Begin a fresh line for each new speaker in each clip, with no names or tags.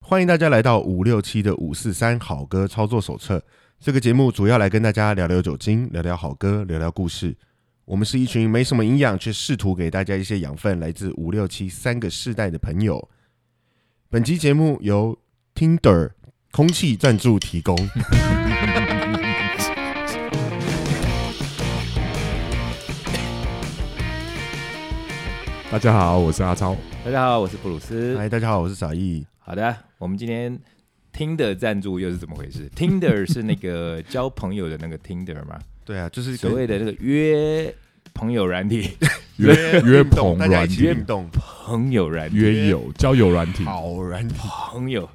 欢迎大家来到五六七的五四三好歌操作手册。这个节目主要来跟大家聊聊酒精，聊聊好歌，聊聊故事。我们是一群没什么营养，却试图给大家一些养分，来自五六七三个世代的朋友。本期节目由 Tinder 空气赞助提供。
大家好，我是阿超。
大家好，我是布鲁斯。
嗨，大家好，我是傻义。
好的，我们今天 Tinder 赞助又是怎么回事 ？Tinder 是那个交朋友的那个 Tinder 吗？
对啊，就是
所谓的那个约朋友软体，
约
约
运动
朋
大家一起
软
运动，
朋友软体，
约友交友软体，
跑软体，
朋友。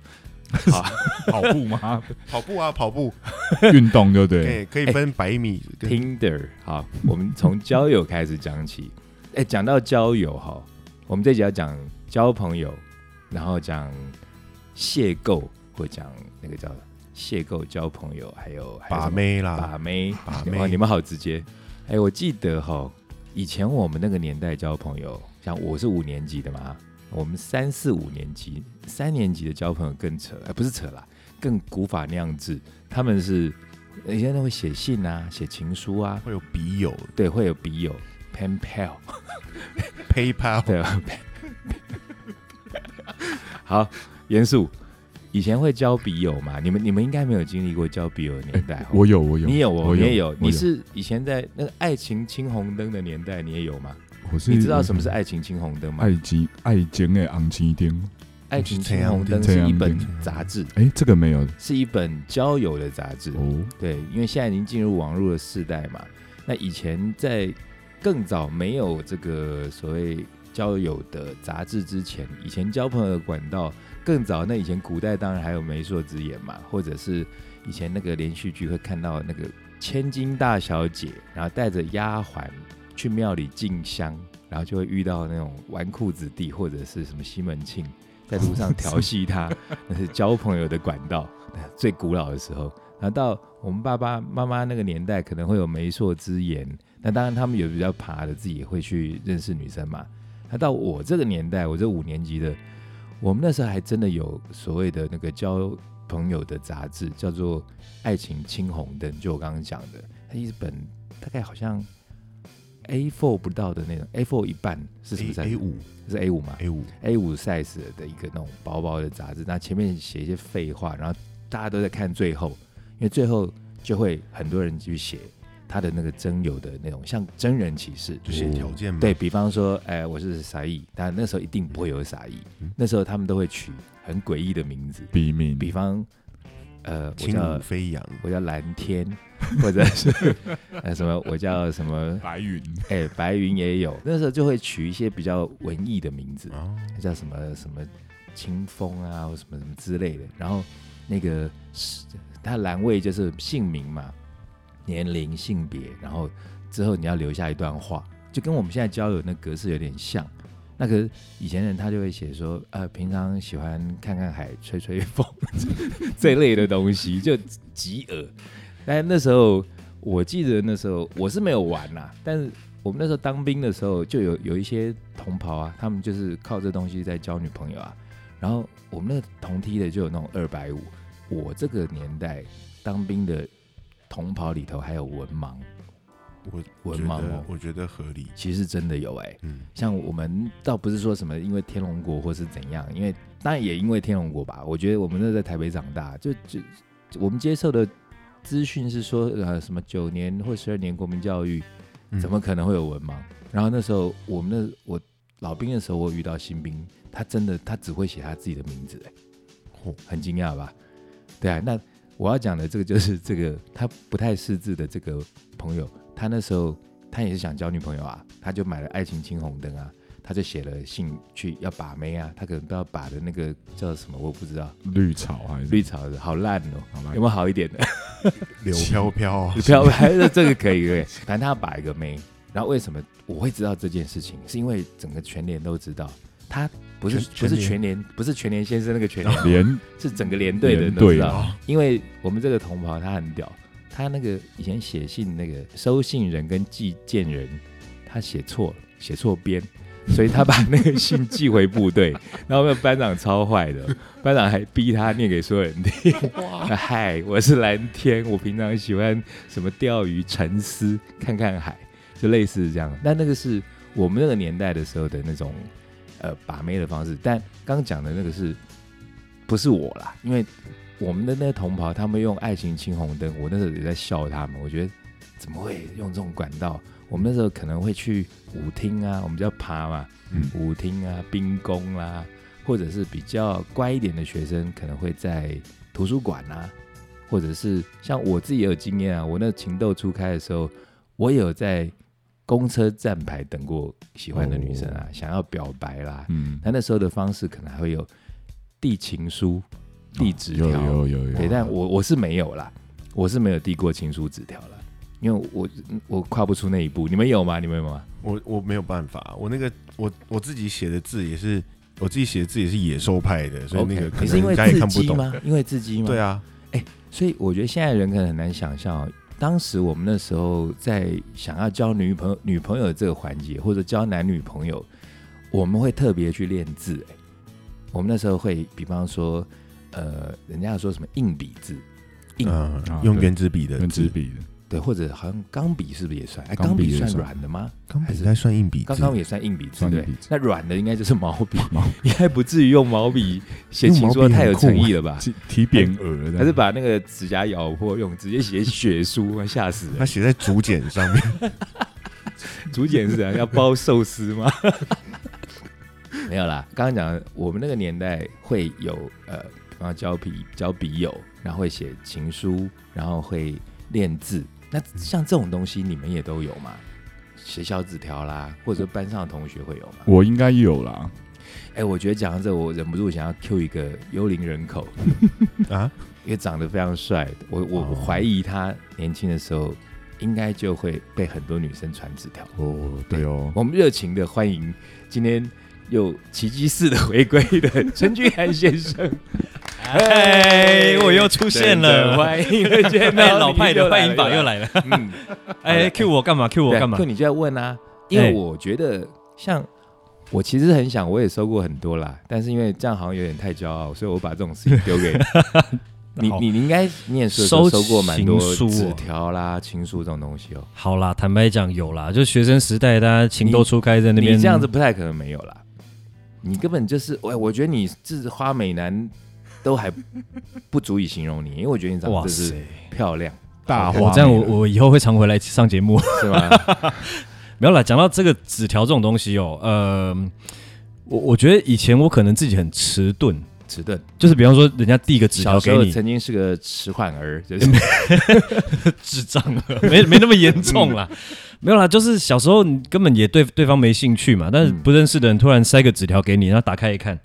跑步吗？
跑步啊，跑步，
运动对不
可
哎
对？
以可以分百米跟
Tinder，好，我们从交友开始讲起。哎、讲到交友哈，我们这集要讲交朋友，然后讲邂逅，或讲那个叫邂逅交朋友，还有还有
把
什么
妹啦，
把妹，
把
哇，你
妹，
们好直接。哎、我记得哈，以前我们那个年代交朋友，像我是五年级的嘛，我们三四五年级、三年级的交朋友更扯，哎、不是扯啦，更古法那样子。他们是人家都会写信啊，写情书啊，
会有笔友
对，会有笔友 pen pal，
PayPal，
对吧？ 好，严肃。以前会交笔友嘛？你们你们应该没有经历过交笔友的年 代、哦。
哎我有，我有，
你有哦，
我
你也有，
我
你是以前在那个爱情青红灯的年代，你也有吗？
我是
你知道什么是爱情青红灯吗？
爱情爱情的红旗丁？
爱情青红灯
这
是
样
一
这
本
样
杂志，
哎，这个没有
是一本交友的杂志。
哦。
对，因为现在已经进入网络的世代嘛。那以前在更早没有这个所谓交友的杂志之前，以前交朋友的管道更早。那以前古代当然还有媒妁之言嘛，或者是以前那个连续剧会看到那个千金大小姐，然后带着丫鬟去庙里进香，然后就会遇到那种纨绔子弟或者是什么西门庆，在路上调 戏他，那是交朋友的管道。那最古老的时候，然后到我们爸爸妈妈那个年代，可能会有媒妁之言。那当然，他们有比较爬的，自己也会去认识女生嘛。那到我这个年代，我这五年级的，我们那时候还真的有所谓的那个交朋友的杂志，叫做《爱情青红灯》，就我刚刚讲的，它一本大概好像 A4 不到的那种，A4 一半是什么
A
？A
五
是 A 五嘛
A 五，
A 五 size 的一个那种薄薄的杂志，那前面写一些废话，然后大家都在看最后，因为最后就会很多人去写他的那个真友的那种，像真人启事，
就写条件嘛，
哦对比方说，哎、我是傻义，但那时候一定不会有傻义，
嗯
那时候他们都会取很诡异的名字，
笔名，
比方，呃，我
轻舞
叫
飞扬，
我叫蓝天，或者是呃什么，我叫什么，
白云，
哎、白云也有，那时候就会取一些比较文艺的名字，
哦，
那叫什么什么清风啊，或什么什么之类的。然后那个是它栏位就是姓名嘛，年龄、性别，然后之后你要留下一段话，就跟我们现在交友那格式有点像。那个以前人他就会写说，呃，平常喜欢看看海、吹吹风这类的东西，就极恶。但那时候我记得那时候我是没有玩啦、但是我们那时候当兵的时候，就有有一些同袍啊，他们就是靠这东西在交女朋友啊。然后我们那个同梯的就有那种二百五，我这个年代当兵的同袍里头还有文盲，
我
文
觉
盲
得
哦
我觉得合理，
其实真的有哎、
嗯，
像我们倒不是说什么因为天龙国或是怎样，因为当然也因为天龙国吧。我觉得我们那在台北长大，就就我们接受的资讯是说，呃，什么九年或十二年国民教育，
嗯
怎么可能会有文盲？然后那时候我们那我老兵的时候，我遇到新兵，他真的他只会写他自己的名字、欸，
哦
很惊讶吧？对啊，那我要讲的这个就是这个他不太识字的这个朋友，他那时候他也是想交女朋友啊，他就买了《爱情青红灯》啊，他就写了信去要把妹啊，他可能都要把的那个叫什么我不知道，
绿草还是
绿草的好烂哦、
好吧
有没有好一点的？
柳飘飘啊，
你不要 拍的这个可以可以，反正他把一个妹，然后为什么我会知道这件事情？是因为整个全联都知道，他不是
全
不是
全
全联，不是全联先生那个全联，
连
是整个连队的
哦
人
连
都
队
知道。
啊
哦
因为我们这个同袍他很屌，他那个以前写信那个收信人跟寄件人，他写错了，写错边， 所以他把那个信寄回部队， 然后那个班长超坏的， 班长还逼他念给所有人听。 嗨，我是蓝天，我平常喜欢什么钓鱼、沉思、看看海，就类似这样。但那个是我们那个年代的时候的那种呃把妹的方式，但刚讲的那个是不是我啦？因为我们的那个同袍他们用爱情青红灯，我那时候也在笑他们，我觉得怎么会用这种管道？我们那时候可能会去舞厅啊，我们叫爬嘛，
嗯
舞厅啊、冰宫啦、或者是比较乖一点的学生，可能会在图书馆啊，或者是像我自己也有经验啊，我那情窦初开的时候，我也有在公车站牌等过喜欢的女生啊，想要表白啦。
嗯，
那那时候的方式可能还会有递情书、
哦
递纸条，
有有有有，
对，但我我是没有啦，我是没有递过情书纸条啦，因为我我跨不出那一步。你们有吗？你们有吗？
我我没有办法，啊我那个我我自己写的字也是我自己写的字也是野兽派的，所以那个
OK，
可
你是因
能人
为
家也
自
看不
激
懂。
吗？因为自激吗？
对啊，
所以我觉得现在人可能很难想象哦、当时我们那时候在想要交女朋友女朋友这个环节，或者交男女朋友，我们会特别去练字、哎，我们那时候会，比方说，呃，人家说什么硬笔字，硬、
嗯
啊，
用
对
原子笔的
跟纸
字，
笔的，
对，或者好像钢笔是不是也算？哎，钢
钢笔
笔
也
算
算
软的吗？
钢
还
笔
是
在算硬笔字
刚，刚也算硬笔字
算硬
对
笔字，
那软的应该就是毛笔，
毛
应该不至于用毛笔写
用
情
毛
书，
笔
太
很
有
酷
诚
啊
意 了吧？
提提匾额的，
还是把那个指甲咬破，用直接写血书， 吓死人
他！写在竹简上 面，
竹简是怎样要包寿司吗？ 没有啦，刚刚讲的我们那个年代会有呃，比方交笔交笔友，然后会写情书，然后会练字。那像这种东西，你们也都有吗？写小纸条啦，或者班上的同学会有
嗯
吗？
我应该有啦，
哎、我觉得讲到这，我忍不住想要 Q 一个幽灵人口，
啊，
因为长得非常帅，我我
哦
我怀疑他年轻的时候应该就会被很多女生传纸条。
哦，对哦，
我们热情的欢迎今天又奇迹式的回归的陈俊涵先生。
哎，我又出现
真的
了，
欢迎 了，见
哎，
到
老派的拜音榜又
来
来了。
了。嗯，
哎，Q 我干嘛？Q 我干嘛
就？你就在问啊，因为
哎
我觉得像我其实很想，我也收过很多啦，但是因为这样好像有点太骄傲，所以我把这种事情丢给 你。你
好
你你应该念书的时候
收
收过蛮多
情书哦
纸条啦、情书这种东西哦。
好啦，坦白讲有啦，就学生时代大家情窦初开在那边
你这样子，不太可能没有啦。你根本就是，哎，我觉得你是花美男都还不足以形容你，因为我觉得你长得
哇
真
塞
是！漂亮，
大
我
话
这样我我以后会常回来上节目。
是吗？
没有啦，讲到这个纸条这种东西哦，呃，我我觉得以前我可能自己很迟钝，
迟钝，
就是比方说人家递一个纸条
小时
给
候
你，
曾经是个迟缓儿， 就是
智障了， 没没那么严重啦。 没有啦，就是小时候你根本也对对方没兴趣嘛，但是
嗯
不认识的人突然塞个纸条给你，然后打开一看，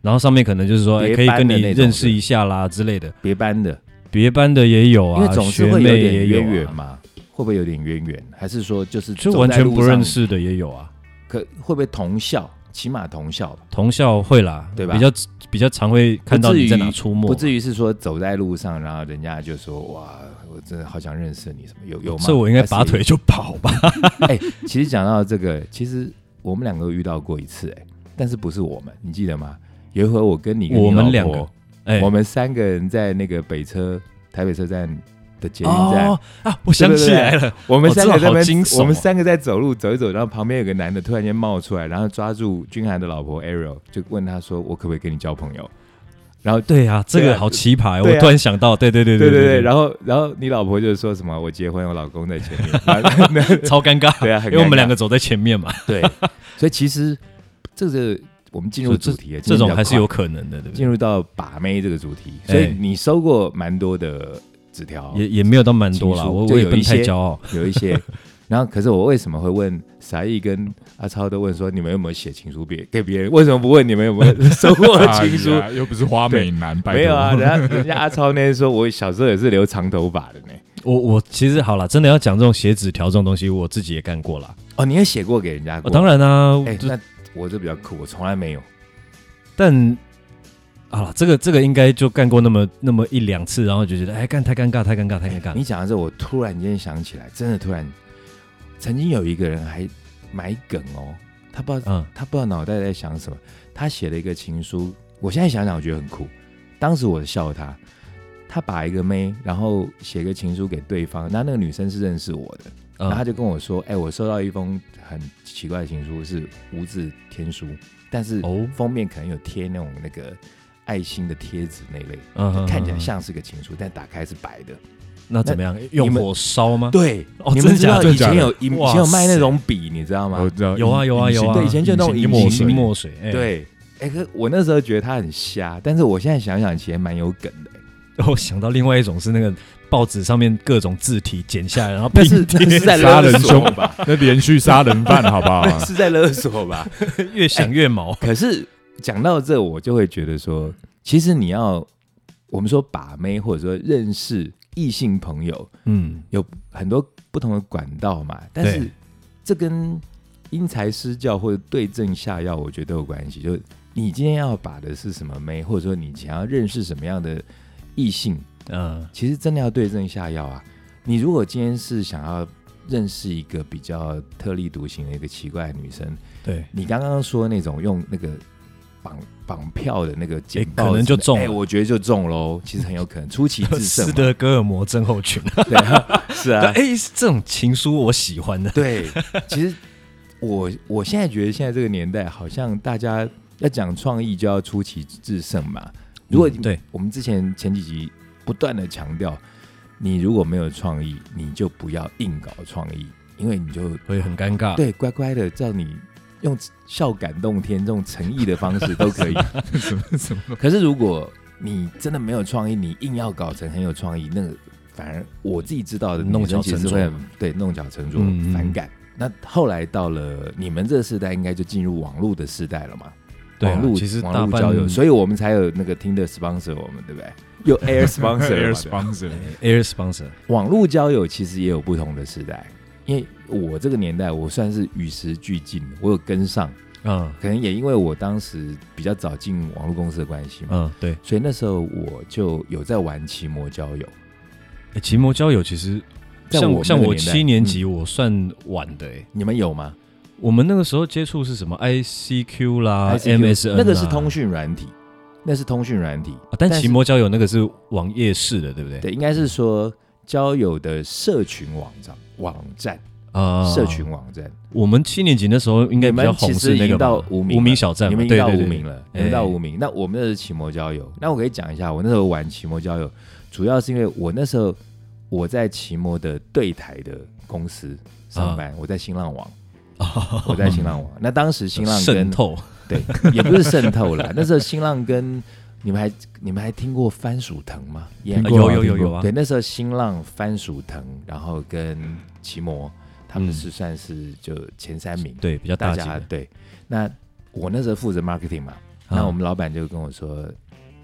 然后上面可能就是说，哎、
别
可以
班
跟
的
你
那种
认识一下啦之类的。
别班的，
别班的也有
因
啊，
为总是
学
会
妹
有点
也有、
渊源
啊，
嘛，会不会有点渊源？还是说就是
就
走
完
在
全
路
不
上
认，识的也有啊。
可会不会同校？起码同校吧，
同校会啦，
对吧
比较比较常会看到
不至于
你在哪出没，
不至于是说走在路上，然后人家就说哇，我真的好想认识你什么？有有吗？
这我应该
还是
拔腿就跑吧。
哎、其实讲到这个，其实我们两个有遇到过一次、哎，但是不是我们，你记得吗？有一回我跟你跟你
我们
老婆
两个 哎、
我们三个人在那个北车台北车站的捷运站，
哦啊，我想起来了，
我们三个在那
哦这好
边
惊悚哦
我们三个在走路走一走，然后旁边有个男的突然间冒出来，然后抓住君涵的老婆 Ariel，就问他说：“我可不可以跟你交朋友？”然后
对啊，这
对
个
啊
好奇葩、
对
我
啊
突然想到，对对对
对
对
对，
对
然后然后你老婆就说什么：“我结婚，我老公在前面。 然后”
超 尴尬，
对啊，很
因为我
尴
们
尬
两个走在前 面嘛，
对，所以其实这个我们进入主题了，今天
这
比
种
较
还是有
快
可能的，对不对？
进入到把妹这个主题，
哎
所以你收过蛮多的纸条，
也也没有到蛮多啦，
情书
我
就
我
有
也不能
一些
太骄傲。
有一 些。然后，可是我为什么会问傻义跟阿超都问说你们有没有写情书别给别人？为什么不问你们有没有收过情 书？
啊
哎呀又不是花美男，拜托
没有啊，人家人家阿超那天说，我小时候也是留长头发的 呢。
我我其实好啦，真的要讲这种写纸条这种东西，我自己也干过啦。
哦，你也写过给人家
哦、
过？
当然啦、
哎，
就
那我这比较酷，我从来没有。
但好了，这个这个应该就干过那么那么一两次，然后就觉得哎，干太尴尬，太尴尬，太尴尬。
你讲到这，我突然间想起来，真的突然，曾经有一个人还买梗哦，他不知道
嗯，
他不知道脑袋在想什么，他写了一个情书。我现在想想，我觉得很酷。当时我笑他，他把一个妹，然后写个情书给对方。那那个女生是认识我的，然后他
嗯
就跟我说：“哎、我收到一封很奇怪的情书，是无字天书，但是
哦
封面可能有贴那种那个爱心的贴纸那类，
嗯哼
看起来
嗯哼
像是个情书，但打开是白的。
那怎么样？用
你们
火烧吗？
对，
哦
你
真
们知
的假的
道
真
以
的假
前
的
有以
哇
前有卖那
塞
种笔，你知道吗？
我知道
有啊有啊有啊，
对以前就那种
隐
隐
墨
形
水
形墨水，哎，
对，哎、可我那时候觉得他很瞎，但是我现在想想，其实蛮有梗的、
我想到另外一种是那个报纸上面各种字体剪下来，然后
但
拼
是
贴
那是在
杀
勒
人
索
凶
吧？
那连续杀人犯好不 好？
那是在勒索吧？
越想越毛。
可是讲到这，我就会觉得说，其实你要我们说把妹，或者说认识异性朋友，
嗯，
有很多不同的管道嘛，但是
对
这跟因材施教或者对症下药，我觉得都有关系。就是你今天要把的是什么妹，或者说你想要认识什么样的异性，
嗯
其实真的要对症下药啊。你如果今天是想要认识一个比较特立独行的一个奇怪的女生，
对，
你刚刚说那种用那个绑绑票的那个简
诶
报什么的，
可能就中了
哎、我觉得就中喽。其实很有可能出奇制胜
斯
嘛，
德哥尔摩症候群。
对，是啊
哎，，这种情书我喜欢的。
对，其实我我现在觉得现在这个年代，好像大家要讲创意就要出奇制胜嘛。如果、
嗯对，
我们之前前几集不断的强调，你如果没有创意，你就不要硬搞创意，因为你就
会很尴尬。
对乖乖的叫你用笑感动天这种诚意的方式都 可以。
什么什 么？
可是如果你真的没有创意，你硬要搞成很有创意，那个反而我自己知道的
弄巧
女生其实
成拙
会很对弄巧成拙，
嗯嗯
反感。那后来到了你们这个时代，应该就进入网络的时代了嘛？
对啊
网络
其实大
网络
半
交友，所以我们才有那个听的 sponsor 我们，对不对？ 有 air sponsor，哎
Air
了嘛
sponsor，
Air sponsor，
网络交友其实也有不同的时代，因为我这个年代，我算是与时俱进，我有跟上，
嗯
可能也因为我当时比较早进网络公司的关系嘛，
嗯，对。
所以那时候我就有在玩奇摩交友，
诶哎奇摩交友其实
在
像
我那
像
个
我
年代嗯
七年嗯级，我算晚的诶。
你们有吗
我们那个时候接触是什么 ICQ 啦、
ICQ
MSN，
那个是通
讯，
讯软体，那是通讯软体
啊，但
但是
奇摩交友那个是网页式的，对不对？
对，应该是说交友的社群网站网站，
啊，
社群网站，
我们七年级那时候应该比较红是
你们其实已
那个
经
吧
到无名了
无名小站
你
嘛，
们
对
已经
对
到
对，
无 名了，你们到无名。那我们那是奇摩交友，那我可以讲一下，我那时候玩奇摩交友，主要是因为我那时候我在奇摩的对台的公司
啊
上班，我在新浪网，
哦
我在新浪网。 那当时新浪跟
渗透，
对，也不是渗透啦。那时候新浪跟你们还你们还听过番薯藤吗？也
听
呃
过
有
啊
有有
听过
有啊
对，，那时候新浪、番薯藤，然后跟奇摩，他们
嗯
是算是就前三名，
对，比较
大
大
家
家，
对。那我那时候负责 marketing 嘛，
啊
那我们老板就跟我说，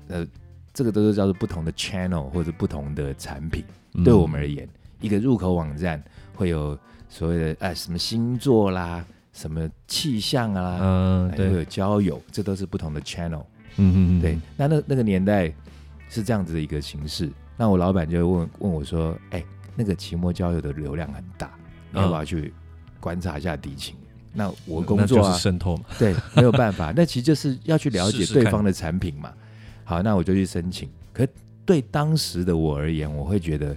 呃，这个都是叫做不同的 channel 或者不同的产品。
嗯
对我们而言，一个入口网站会有所谓的哎什么星座啦，什么气象啊，
嗯，
还会
对，
有交友，这都是不同的 channel。
嗯嗯嗯，
对，那那那个年代是这样子的一个形式。那我老板就问问我说：“哎、那个期末交友的流量很大，你要
嗯
不要去观察一下敌情？”那我工作
那就
啊
是，渗透嘛，
对，没有办法，那其实就是要去了解
试试看
对方的产品嘛。好，那我就去申请。可对当时的我而言，我会觉得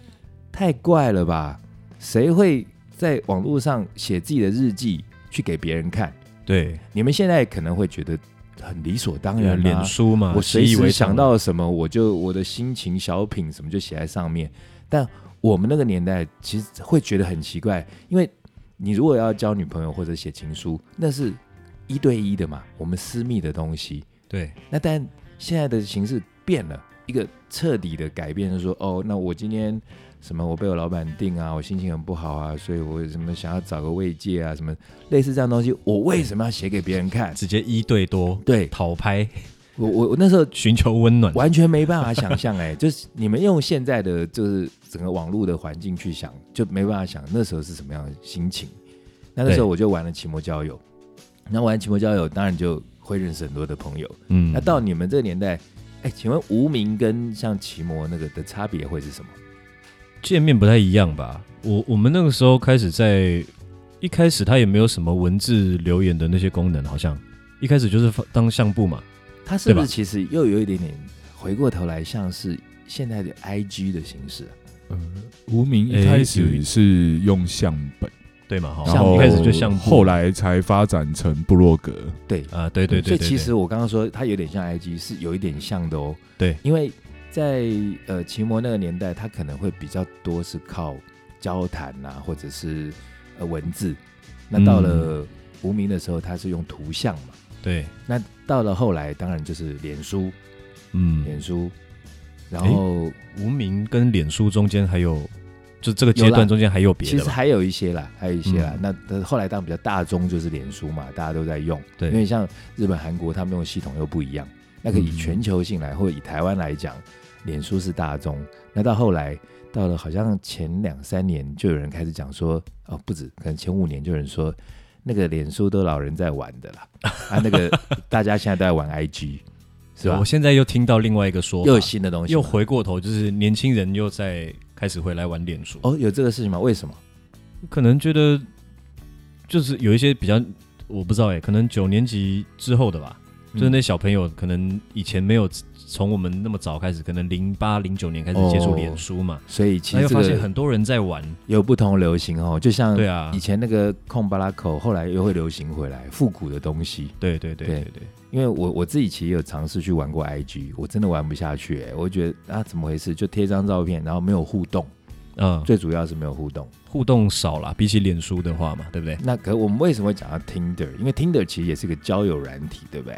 太怪了吧？谁会在网络上写自己的日记去给别人看？
对，
你们现在可能会觉得很理所当然、啊，
脸书嘛，
我随
习以
时
为
想
常
到什么，我就我的心情小品什么就写在上面。但我们那个年代其实会觉得很奇怪，因为你如果要交女朋友或者写情书，那是一对一的嘛，我们私密的东西。
对，
那但现在的形式变了，一个彻底的改变，就是说，哦，那我今天什么，我被我老板定啊，我心情很不好啊，所以我什么想要找个慰藉啊，什么类似这样的东西，我为什么要写给别人看？
直接一对多
对
讨拍，
我我我那时候
寻求温暖，
完全没办法想象哎、 就是你们用现在的就是整个网络的环境去想，就没办法想那时候是什么样的心情。那那时候我就玩了奇摩交友，那玩奇摩交友当然就会认识很多的朋友。
嗯
那到你们这个年代，哎、请问无名跟像奇摩那个的差别会是什么？
界面不太一样吧？我我们那个时候开始在一开始它也没有什么文字留言的那些功能，好像一开始就是放当相簿嘛。
它是不是
对吧
其实又有一点点回过头来像是现在的 IG 的形式啊？
无名一开始是用相本，
对嘛？哈，
然
相
后
一开始就相簿，
后来才发展成部落 格。
对，
啊，对对对对，
所以其
对
实我刚刚说它有点像 IG，是有一点像的哦。
对，
因为在呃秦魔那个年代，它可能会比较多是靠交谈啊，或者是呃文字。那到
嗯
了无名的时候，它是用图像嘛。
对，
那到了后来，当然就是脸书，脸
嗯，
书，然后
无名跟脸书中间还有，就这个阶
有啦
段中间还有别
其
的
实
吧？
还有一些啦，还有一些啦。
嗯
那但后来当然比较大众就是脸书嘛，大家都在用。因
对
为像日本、韩国，他们用的系统又不一样。那个以
嗯
全球性来，或者以台湾来讲，脸书是大宗。那到后来，到了好像前两三年，就有人开始讲说，哦，不止，可能前五年就有人说，那个脸书都老人在玩的啦，啊，那 个大家现在都在玩 IG，是吧
我？现在又听到另外一个说
又有
法，
新的东西吗，
又回过头，就是年轻人又在开始回来玩脸书，
哦，有这个事情吗？为什么？
可能觉得就是有一些比较，我不知道哎、可能九年级之后的吧，
嗯
就是那小朋友可能以前没有从我们那么早开始，可能零八零九年开始接触脸书嘛，
所以哦其
然
实
后
这
发现
个
很多人在玩，
有不同流行哦，就像
对啊
以，前那个空巴拉口，后来又会流行回来，复古的东西。
对对对
对
对对，
因为我我自己其实有尝试去玩过 IG，我真的玩不下去、欸，我觉得啊怎么回事？就贴张照片，然后没有互动，
嗯，
最主要是没有互动。
互动少啦，比起脸书的话嘛，对不对？
那可我们为什么会讲到 Tinder？因为 Tinder 其实也是个交友软体，对不对？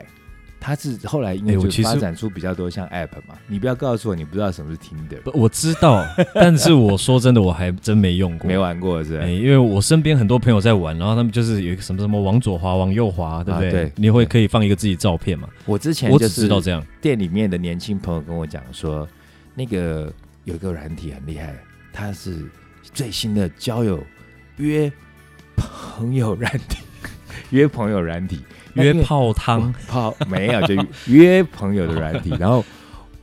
它是后来因为
哎我
就
其实
发展出比较多像 App 嘛，你不要告诉我你不知道什么是 Tinder，
不，我知道， 但是我说真的，我还真没用过，
没玩过是吧？
哎、因为我身边很多朋友在玩，然后他们就是有一个什么什么往左滑、往右滑，对不对？
啊对
你会
对
可以放一个自己照片嘛？
我之前
我
就
只
是
知道这样，
店里面的年轻朋友跟我讲说，那个有一个软体很厉害，它是最新的交友约朋友软体， 约朋友软体，那
约
因为
泡汤，
泡没有就约朋友的软体。 然后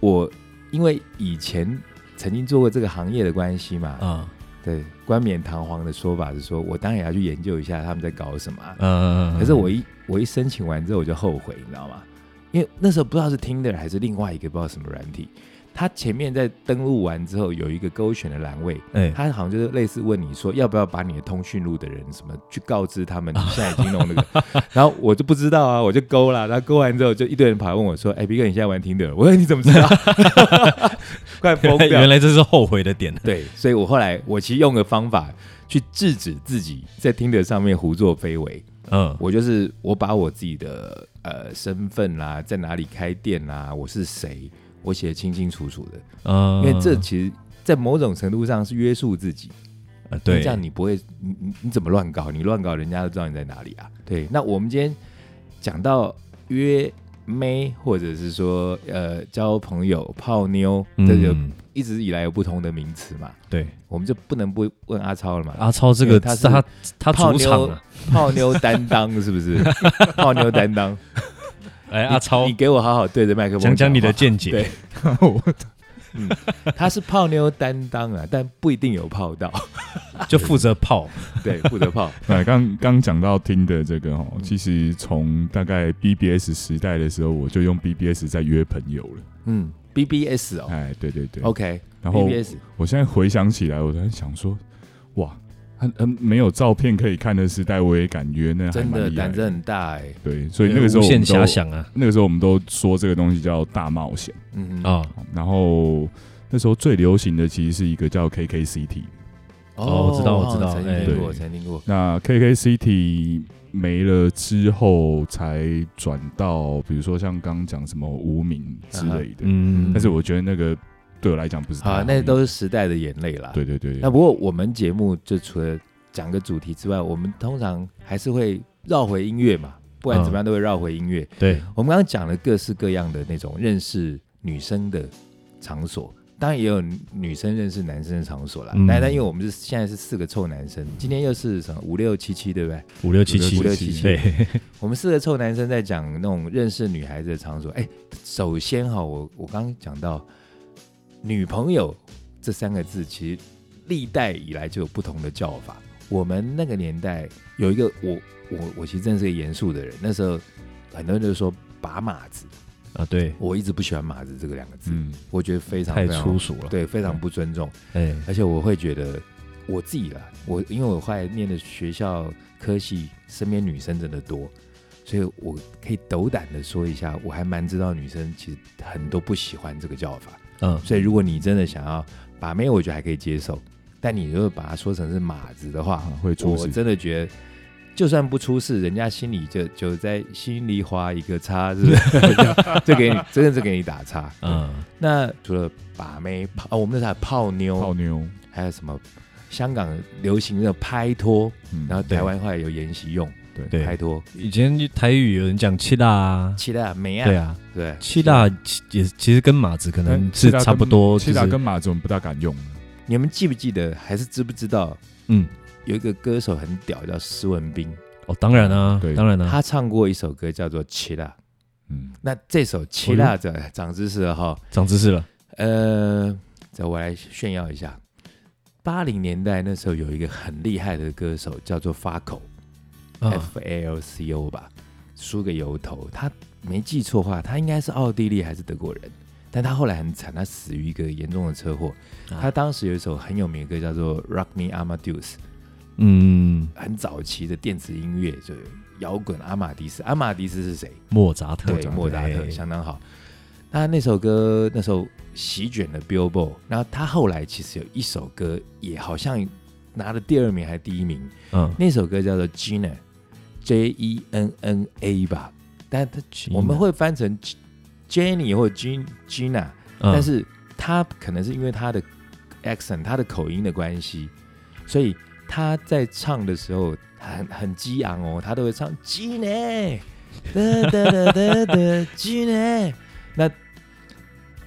我因为以前曾经做过这个行业的关系嘛，
啊，
对，冠冕堂皇的说法是说，我当然也要去研究一下他们在搞什么啊、
嗯、
可是我一我一申请完之后我就后悔，你知道吗？因为那时候不知道是 Tinder 还是另外一个不知道什么软体，它前面在登录完之后有一个勾选的栏位，
哎、
它好像就是类似问你说要不要把你的通讯录的人什么去告知他
哦
们你现在已经弄那个， 然后我就不知道啊，我就勾了，然后勾完之后就一堆人跑来问我说：“哎，B 哥你现在玩 Tinder？” 我说：“你怎么知道？” 快疯掉
原！来这是后悔的点，
对，所以我后来我其实用个方法去制止自己在 Tinder 上面胡作非为。
嗯，
我就是我把我自己的呃身份啦、在哪里开店啦、我是谁，我写得清清楚楚的，因
嗯
为这其实，在某种程度上是约束自己。
呃对
这样你不会，你你你怎么乱搞？你乱搞，人家都知道你在哪里啊。对，那我们今天讲到约妹，或者是说呃交朋友、泡妞，这个
嗯
一直以来有不同的名词嘛，
对，
我们就不能不问阿超了嘛。
阿超这
因为
个
他是
他啊他
泡
主场
妞
啊，
泡妞担当是不是？ 泡妞担当。
哎，阿超
你给我好好对着麦克风
讲讲你的
话
见解，
对他是泡妞担当啊，但不一定有泡 到，
就负责 泡，
对，负责泡。
那刚刚讲到听的这个哦，其实从大概 BBS 时代的时候，我就用 BBS 在约朋友了。
嗯，BBS 哦
哎，对对对。
，OK，BBS，
然后我现在回想起来，我在想说，哇，很很没有照片可以看的时代，我也敢约，那还
真
蛮
的
厉害
胆子。很大哎，
对，所以那个时候
无
我
限
们
遐
都
想啊，
那个时候我们都说这个东西叫大冒险。
嗯
啊、
然后那时候最流行的其实是一个叫 KKCT。
哦我知道我知道
曾
哎
经听过，
对
曾经听过，
那 KKCT 没了之后，才转到比如说像刚刚讲什么无名之类的。
嗯，啊
但是我觉得那个对我来讲不是太
好，
好
那
用
都是时代的眼泪啦。
对对对。
那不过我们节目就除了讲个主题之外，我们通常还是会绕回音乐嘛，不管
嗯
怎么样都会绕回音乐。
对，
我们刚刚讲了各式各样的那种认识女生的场所，当然也有女生认识男生的场所啦。
嗯
但但因为我们是现在是四个臭男生，今天又是什么五六七七，对不对？
五六七七，
五六七七
对，
我们四个臭男生在讲那种认识女孩子的场所。哎，首先哈，我我刚刚讲到女朋友这三个字，其实历代以来就有不同的叫法。我们那个年代有一个我我我其实真的是个严肃的人，那时候很多人就说把马子，
啊，对，
我一直不喜欢马子这个两个字，
嗯，
我觉得非常
太
非常
粗俗了。
对，非常不尊重。
哎，
而且我会觉得我自己啦，我因为我后来念的学校科系，身边女生真的多，所以我可以斗胆的说一下，我还蛮知道女生其实很多不喜欢这个叫法。
嗯，
所以如果你真的想要把妹，我觉得还可以接受，但你如果把它说成是马子的话，
啊会出
我
事。
真的觉得。就算不出事，人家心里就就在心里划一个叉，是不 是？就给你，真的是给你打叉。
嗯，
那除了把妹泡，哦，我们那时候还泡妞，
泡妞，
还有什么香港流行的拍拖，
嗯，
然后台湾后来有研习用
对
对
拍拖，
以前台语有人讲七大啊，
期待没啊？
对啊，
对，
七大其也其实跟马子可能
但
是
嗯七大跟
差不多，
七
就
大
是
跟马子我们不大敢用，
你们记不记得？还是知不知道
嗯，
有一个歌手很屌叫施文斌，
哦，当然啊
对，
当然啊，
他唱过一首歌叫做《期待》。
嗯，
那这首《期待》
哦
的长知识了哈，
长知识了，
呃，这我来炫耀一下。八零年代那时候有一个很厉害的歌手叫做发口，
啊，
F A L C O 吧，梳个油头。他没记错的话，他应该是奥地利还是德国人，但他后来很惨，他死于一个严重的车祸。
啊
他当时有一首很有名的歌叫做《Rock Me Amadeus》，
嗯，
很早期的电子音乐，就摇滚阿玛迪斯。阿玛迪斯是谁？
莫扎特
对，，莫扎特，
哎
相当好。那那首歌那时候席卷了 Billboard，然后他后来其实有一首歌也好像拿了第二名还是第一名，
嗯，
那首歌叫做 Gina，J E N N A 吧，但它我们会翻成 J- Jenny 或 Gin Gina，、
嗯，
但是他可能是因为他的 accent，他的口音的关系，所以他在唱的时候很很激昂哦，他都会唱 Gina，哒哒哒哒 哒 Gina，那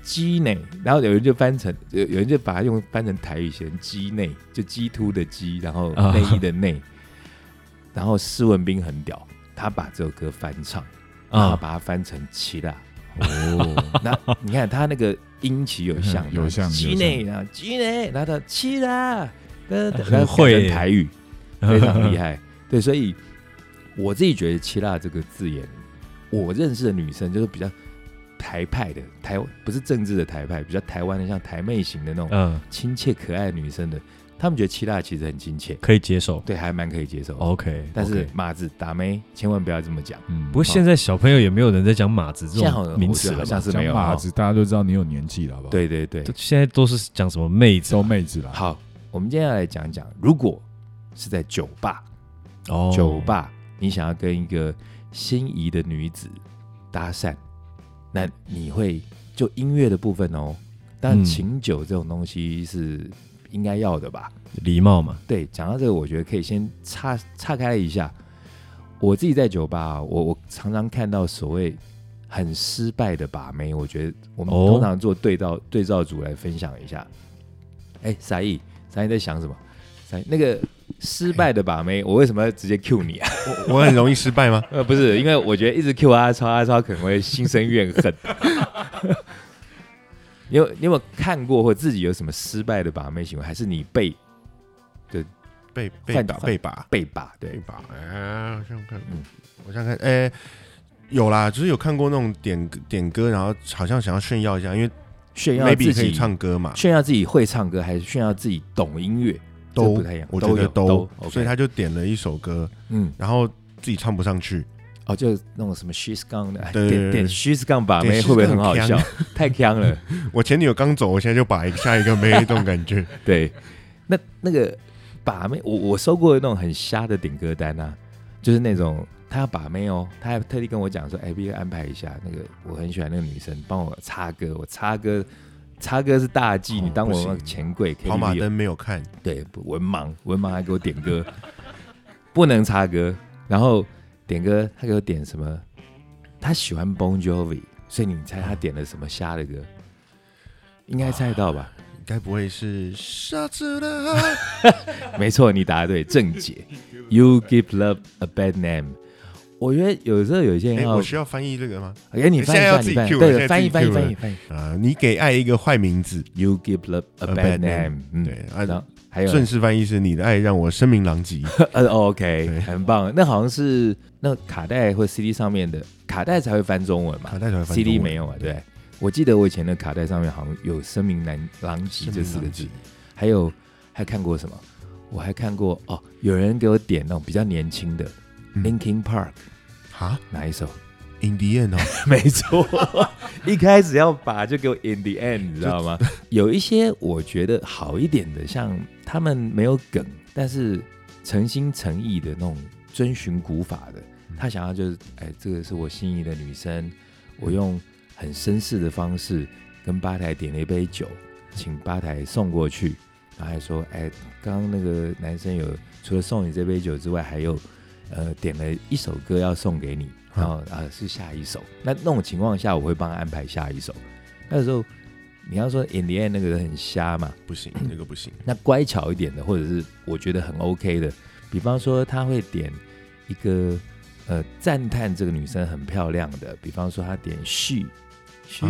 Gina，然后有人就翻成有有人就把它用翻成台语写成鸡内，就鸡突的鸡，然后
啊
内衣的内，然后施文斌很屌，他把这首歌翻唱。然后
啊，
把它翻成七啦。
哦，
那你看他那个音旗有像吗，
有像有像
鸡内，然后鸡内，然后他七啦，呃
很
然后改
会
成
耶
台语，非常厉害。对，所以我自己觉得“七辣”这个字眼，我认识的女生就是比较台派的台，不是政治的台派，比较台湾的像台妹型的那种
嗯，
亲切可爱的女生的，她们觉得“七辣”其实很亲切，
可以接受
对，还蛮可以接受。
，OK，
但是
哦 OK
马子打妹千万不要这么讲。
嗯，
不过现在小朋友也没有人在讲马子这
现在好
种
像
名词
我觉得
了
好像
吧？
是
哦讲
没有
马
哈
子，大家都知道你有年纪了，好不好？，
对对对，
都现在都是讲什么妹子
收妹子 了，
好，我们接下来讲讲，如果是在酒吧，
哦，
酒吧你想要跟一个心仪的女子搭讪，那你会就音乐的部分哦，当然
嗯
请酒这种东西是应该要的吧？
礼貌嘛，
对，讲到这个，我觉得可以先岔岔开一下。我自己在酒吧啊、我我常常看到所谓很失败的把妹，我觉得我们
哦
通常做对照、对照组来分享一下。哎，沙溢，沙溢在想什么？沙溢那个失败的把妹，我为什么要直接 Q 你啊？
我我很容易失败吗？
呃，不是，因为我觉得一直 Q 阿超，阿超可能会心生怨恨。 你有你有没有看过或自己有什么失败的把妹行为，还是你被
被被
换
打
换
被把
被把？对
被，把，哎，我想看
嗯，
我想看，哎，有啦，就是有看过那种点点歌，然后好像想要炫耀一下，因为
炫耀
maybe
自
可以
己
唱歌嘛，
炫耀自己会唱歌，还是炫耀自己懂音乐，这
都
不太一样。
我觉得
都有
所以
OK
他就点了一首歌，
嗯，
然后自己唱不上去，
哦，就那种什么 she's gone 的，
对对
点
对
点 she's gone 把妹
点
会不会很好
she's gone
笑？太强了，
我前女友刚走，我现在就把一个下一个没这种 感觉，
对。那那个把妹，我我收过那种很瞎的点歌单啊，就是那种他要把妹哦，他还特地跟我讲说，哎，必须安排一下那个我很喜欢那个女生，帮我插歌，我插歌，插歌是大忌，
哦
你当
不
我
行
钱柜
跑马
KTV
灯没有看，
对，文盲，文盲还给我点歌， 不能插歌。然后点歌，他给我点什么？他喜欢 Bon Jovi，所以你猜他点了什么瞎的歌？应该猜到吧？
该不会是下次了？哎
没错，你答对，郑解。You give love a bad name。我觉得有时候有些人
哎，
要
我，需要翻译这个吗？
哎，你翻
现在
译
要
翻
自
译
己
翻译，
cue 了现
对，
在
翻译
自己 cue
翻译翻
了
译翻译。
啊，你给爱一个坏名字，
You give love
A
a
bad
bad name，嗯
对啊
然后，还有
顺势翻译是你的爱让我声名狼藉，
呃哦，OK，
对
很棒。那好像是那卡带或 CD 上面的卡带才会翻中文嘛
卡带才会翻
c d
中文
没有啊？对，我记得我以前的卡带上面好像有“声名难狼藉”这四个字，，还有还看过什么？我还看过哦，有人给我点那种比较年轻的、
嗯
Linkin Park
哈
哪一首？
，In the end 哦，
没 错，一开始要把就给我 in the end，你知道吗？有一些我觉得好一点的，像他们没有梗，但是诚心诚意的那种遵循古法的，他想要就是，哎，这个是我心仪的女生，我用很绅士的方式跟吧台点了一杯酒，请吧台送过去，然后还说，哎，刚刚那个男生有除了送你这杯酒之外，还有呃点了一首歌要送给你，然后啊、呃是下一首。那那种情况下，我会帮他安排下一首。那时候你要说 in the end 那个人很瞎嘛，
不行，那个不行，
那乖巧一点的，或者是我觉得很 OK 的，比方说他会点一个呃赞叹这个女生很漂亮的，比方说他点 she。she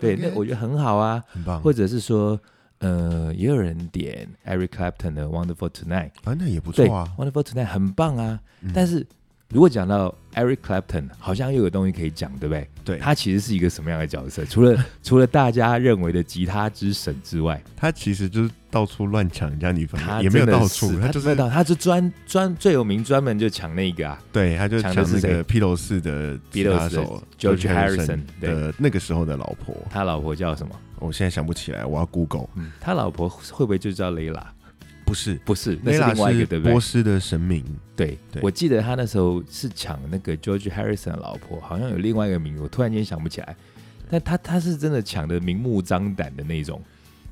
对，那我觉得很好啊。
很棒，
或者是说，呃，也有人点 Eric Clapton 的 Wonderful Tonight，
啊，那也不
对
错啊，
，Wonderful Tonight 很棒啊。
嗯
但是如果讲到 Eric Clapton，好像又有东西可以讲，对不对？
对
他其实是一个什么样的角色？除 了除了大家认为的吉他之神之外，
他其实就是到处乱抢人家女朋
他
嗯友，也没有
真的
到
是
处，
他
就
没
是
有到，他是专专最有名，专门就抢那个啊。
对，他就
抢
抢
的是
那
谁
个披头士的吉他
Beatles 的
手
George Harrison，
Harrison
对
的那个时候的老婆，
他老婆叫什么？
我现在想不起来，我要 Google，
嗯，他老婆会不会就叫雷拉？
不是，
不是，那
雷
是
拉
另外一
是
个，对不对
波？斯的神明，
对，
对
我记得他那时候是抢那个 George Harrison 的老婆，好像有另外一个名字，我突然间想不起来。但他他是真的抢的明目张胆的那种，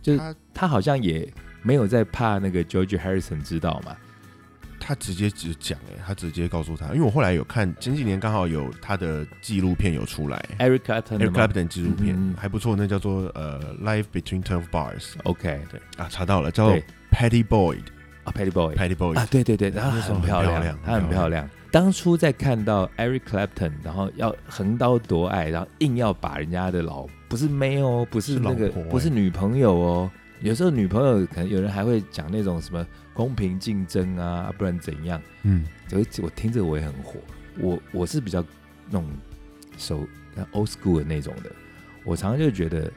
就是
他
他好像也没有在怕那个 George Harrison 知道嘛。
他直接只讲哎，他直接告诉他，因为我后来有看前几年刚好有他的纪录片有出来
Eric Clapton 哎的
，Eric
吗
Clapton 纪录片
嗯嗯嗯
还不错，那叫做呃 Life Between Twelve Bars，
OK，
对啊，查到了，叫
对
Patty Boyd，Patty
啊，Patty Boy
Boyd，
啊，对对对，然后
那时候
很
很
漂
漂
亮
亮，
她很
很
漂
漂
亮。当初在看到 Eric Clapton，然后要横刀夺爱，然后硬要把人家的老不是妹哦，不是
是
那
老
个
婆
不是
欸
女朋友哦。有时候女朋友可能有人还会讲那种什么公平竞争啊，啊不然怎样？
嗯，
我我听着我也很火，我我是比较那种手呃 old school 的那种的，我常常就觉得，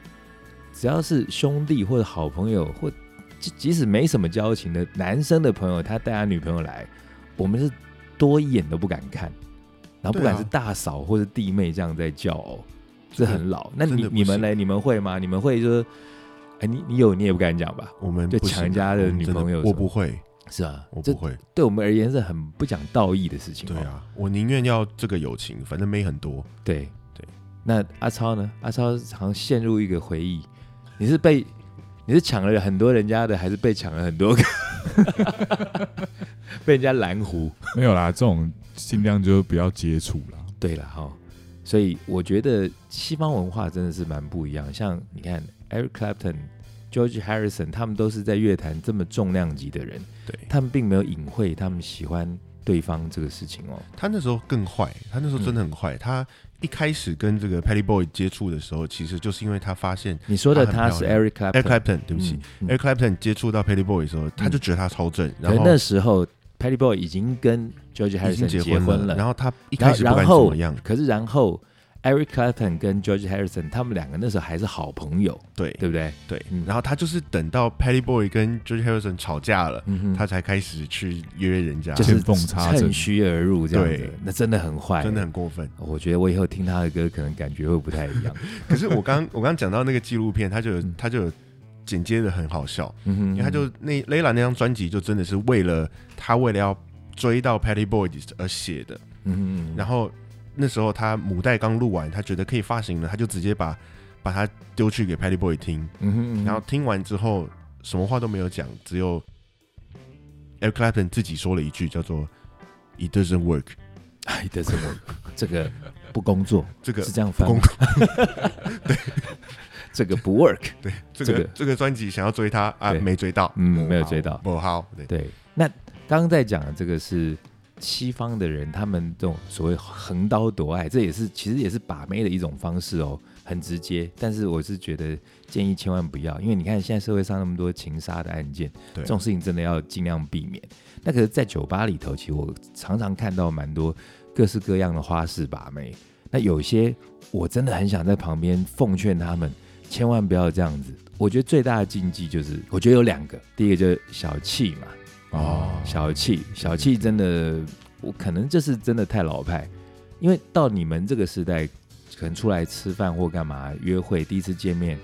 只要是兄弟或者好朋友，或即即使没什么交情的男生的朋友，他带他女朋友来，我们是多一眼都不敢看，然后不
对啊
管是大嫂或者弟妹这样在叫哦，这很老。那
真
你
的不
你们
行
嘞，你们会吗？你们会就是，哎，你你有你也不敢讲吧？
我们
就
不行
抢人家的
我们
女
真
朋友
我
什么
不会，
是啊
我，不
这
会，
对我们而言是很不讲道义的事情、哦。
对啊，我宁愿要这个友情，反正没很多，
对
对。
那阿超呢？阿超常陷入一个回忆，你是被你是抢了很多人家的，还是被抢了很多个？ 被人家拦胡？
没有啦，这种尽量就不要接触啦。
对了哈、所以我觉得西方文化真的是蛮不一样。像你看 Eric Clapton、George Harrison，他们都是在乐坛这么重量级的人，
对。
他们并没有隐晦他们喜欢对方这个事情哦。
他那时候更坏，他那时候真的很
嗯
坏。他一开始跟这个 Patty Boy 接触的时候，其实就是因为他发现
你说的
他很
他是
漂
Eric Clapton，
Eric Clapton，对不起、
嗯嗯
e r i c Clapton 接触到 Patty Boy 的时候，他就觉得他超正，
可
然
能
后
那时候 Patty Boy 已经跟 George
已经
Harrison
结
结
了，
了，
然后他一开始
然
不
后
敢
然
怎
后
么样，
可是然后 Eric Clapton 跟 George Harrison 他们两个那时候还是好朋友，
对
对不对？
对
嗯
然后他就是等到 Patty Boy 跟 George Harrison 吵架了，
嗯哼
他才开始去约人家，
就是
见缝插针
趁虚而入这样子
对，
那真的很坏，
真的。很过分。
我觉得我以后听他的歌，可能感觉会不太一样。
可是我刚我刚讲到那个纪录片，他就有
嗯
他就有剪接的很好笑，
嗯哼，
因为他就那 Layla 那张专辑就真的是为了他为了要追到 Patty Boy 而写的。
嗯哼，
然
后
后那时候他母带刚录完，他觉得可以发行了，他就直接把把它丢去给 Patty Boy 听，
嗯哼，
然后听完之后什么话都没有讲，只有 Eric Clapton 自己说了一句叫做 “It doesn't work”，
哎，这是我这个不工作
这个
是这样翻
不
吗
工，
这个不 work，
对这
这
个
个
这个专辑想要追他啊，
对
没追到，
嗯
不好
没有追到
不好，对
对，那刚刚在讲的这个是西方的人，他们这种所谓横刀夺爱，这也是其实也是把妹的一种方式哦。很直接，但是我是觉得建议千万不要，因为你看现在社会上那么多情杀的案件，
对
这种事情真的要尽量避免。那可是，在酒吧里头，其实我常常看到蛮多各式各样的花式把妹。那有些我真的很想在旁边奉劝他们，千万不要这样子。我觉得最大的禁忌就是，我觉得有两个，第一个就是小气嘛，
哦，
小气，小气真的，我可能就是真的太老派，因为到你们这个时代，可能出来吃饭或干嘛约会，第一次见面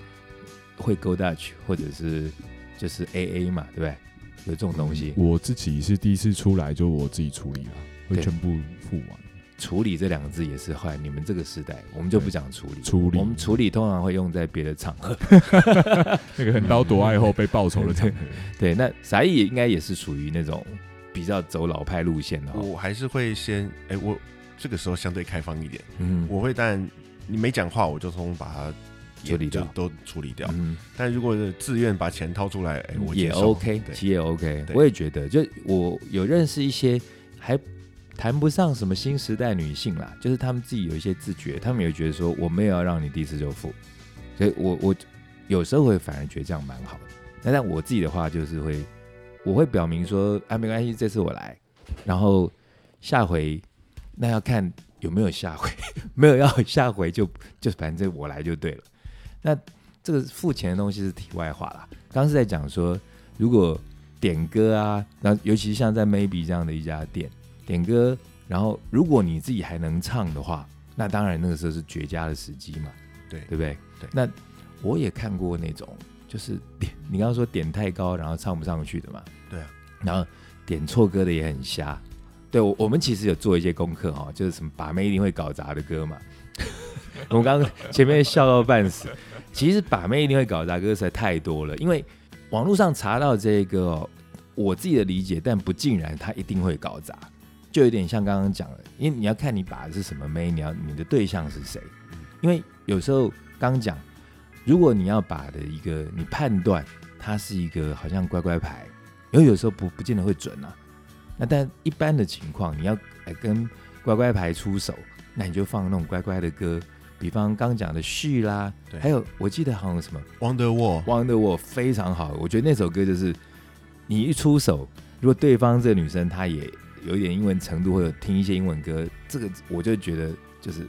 会 go Dutch 或者是就是 A A 嘛，对不对？有这种东西，
我自己是第一次出来，就我自己处理了，会
对
全部付完
处理这两个字也是后来你们这个时代，我们就不讲处理，
处理
我们处理通常会用在别的场合。
那个横刀夺爱后被报仇的场合。
对，那傻义也应该也是属于那种比较走老派路线的哦。
我还是会先，哎、我这个时候相对开放一点，
嗯
我会当然你没讲话，我就从把它
处理掉
就都处理掉。
嗯，
但如果是自愿把钱掏出来，哎、我
也
接受
OK，
对
其实也 OK，
对
我也觉得，就我有认识一些还谈不上什么新时代女性啦，就是她们自己有一些自觉，她们也觉得说我没有要让你第一次就付，所以我我有时候会反而觉得这样蛮好的。那但我自己的话就是会，我会表明说啊没关系，这次我来，然后下回那要看有没有下回， 没有要下回就就反正我来就对了。那这个付钱的东西是题外话啦，刚刚是在讲说如果点歌啊，然后尤其像在 Maybe 这样的一家店点歌，然后如果你自己还能唱的话，那当然那个时候是绝佳的时机嘛，
对
对不对？
对
那我也看过那种，就是点你刚刚说点太高，然后唱不上去的嘛，
对啊，
然后点错歌的也很瞎。对，我我们其实有做一些功课哈、哦，就是什么把妹一定会搞砸的歌嘛。 我们刚刚前面笑到半死，其实把妹一定会搞砸歌实在太多了，因为网络上查到这个、哦，我自己的理解，但不尽然，它一定会搞砸，就有点像刚刚讲的，因为你要看你把的是什么妹，你要你的对象是谁，因为有时候刚讲，如果你要把的一个你判断它是一个好像乖乖牌，因为有时候不不见得会准啊，那但一般的情况，你要呃跟乖乖牌出手，那你就放那种乖乖的歌。比方刚讲的序啦
对，
还有我记得好像有什么
Wonder Wall，
Wonder Wall 非常好，我觉得那首歌就是你一出手，如果对方这个女生她也有一点英文程度，或者听一些英文歌，这个我就觉得就是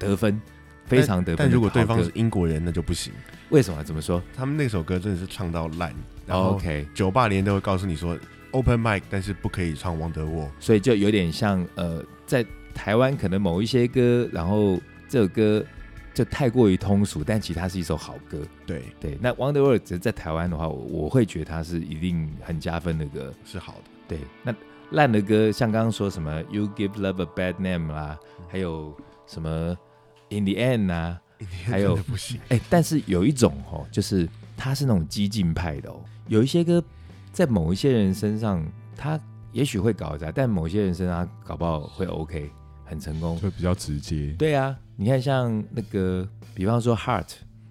得分，非常得分的
但如果
好歌
对方是英国人，那就不行。
为什么怎么说哦
他们那首歌真的是唱到烂，然后
？OK，
酒吧连都会告诉你说 Open Mic，但是不可以唱 Wonder Wall。
所以就有点像呃，在台湾可能某一些歌，然后这首歌就太过于通俗，但其实它是一首好歌。
对，
对，那 Wonder World 只是在台湾的话，我我会觉得它是一定很加分的歌。
是好的。
对，那烂的歌，像刚刚说什么 You Give Love a Bad Name 啦，还有什么 In the End 啊，还有
真的不行，
哎、但是有一种哦，就是它是那种激进派的哦，有一些歌在某一些人身上，他也许会搞砸，但某些人身上它搞不好会 OK，很成 功。
就比较直接。
对啊，你看像那个，比方说 Heart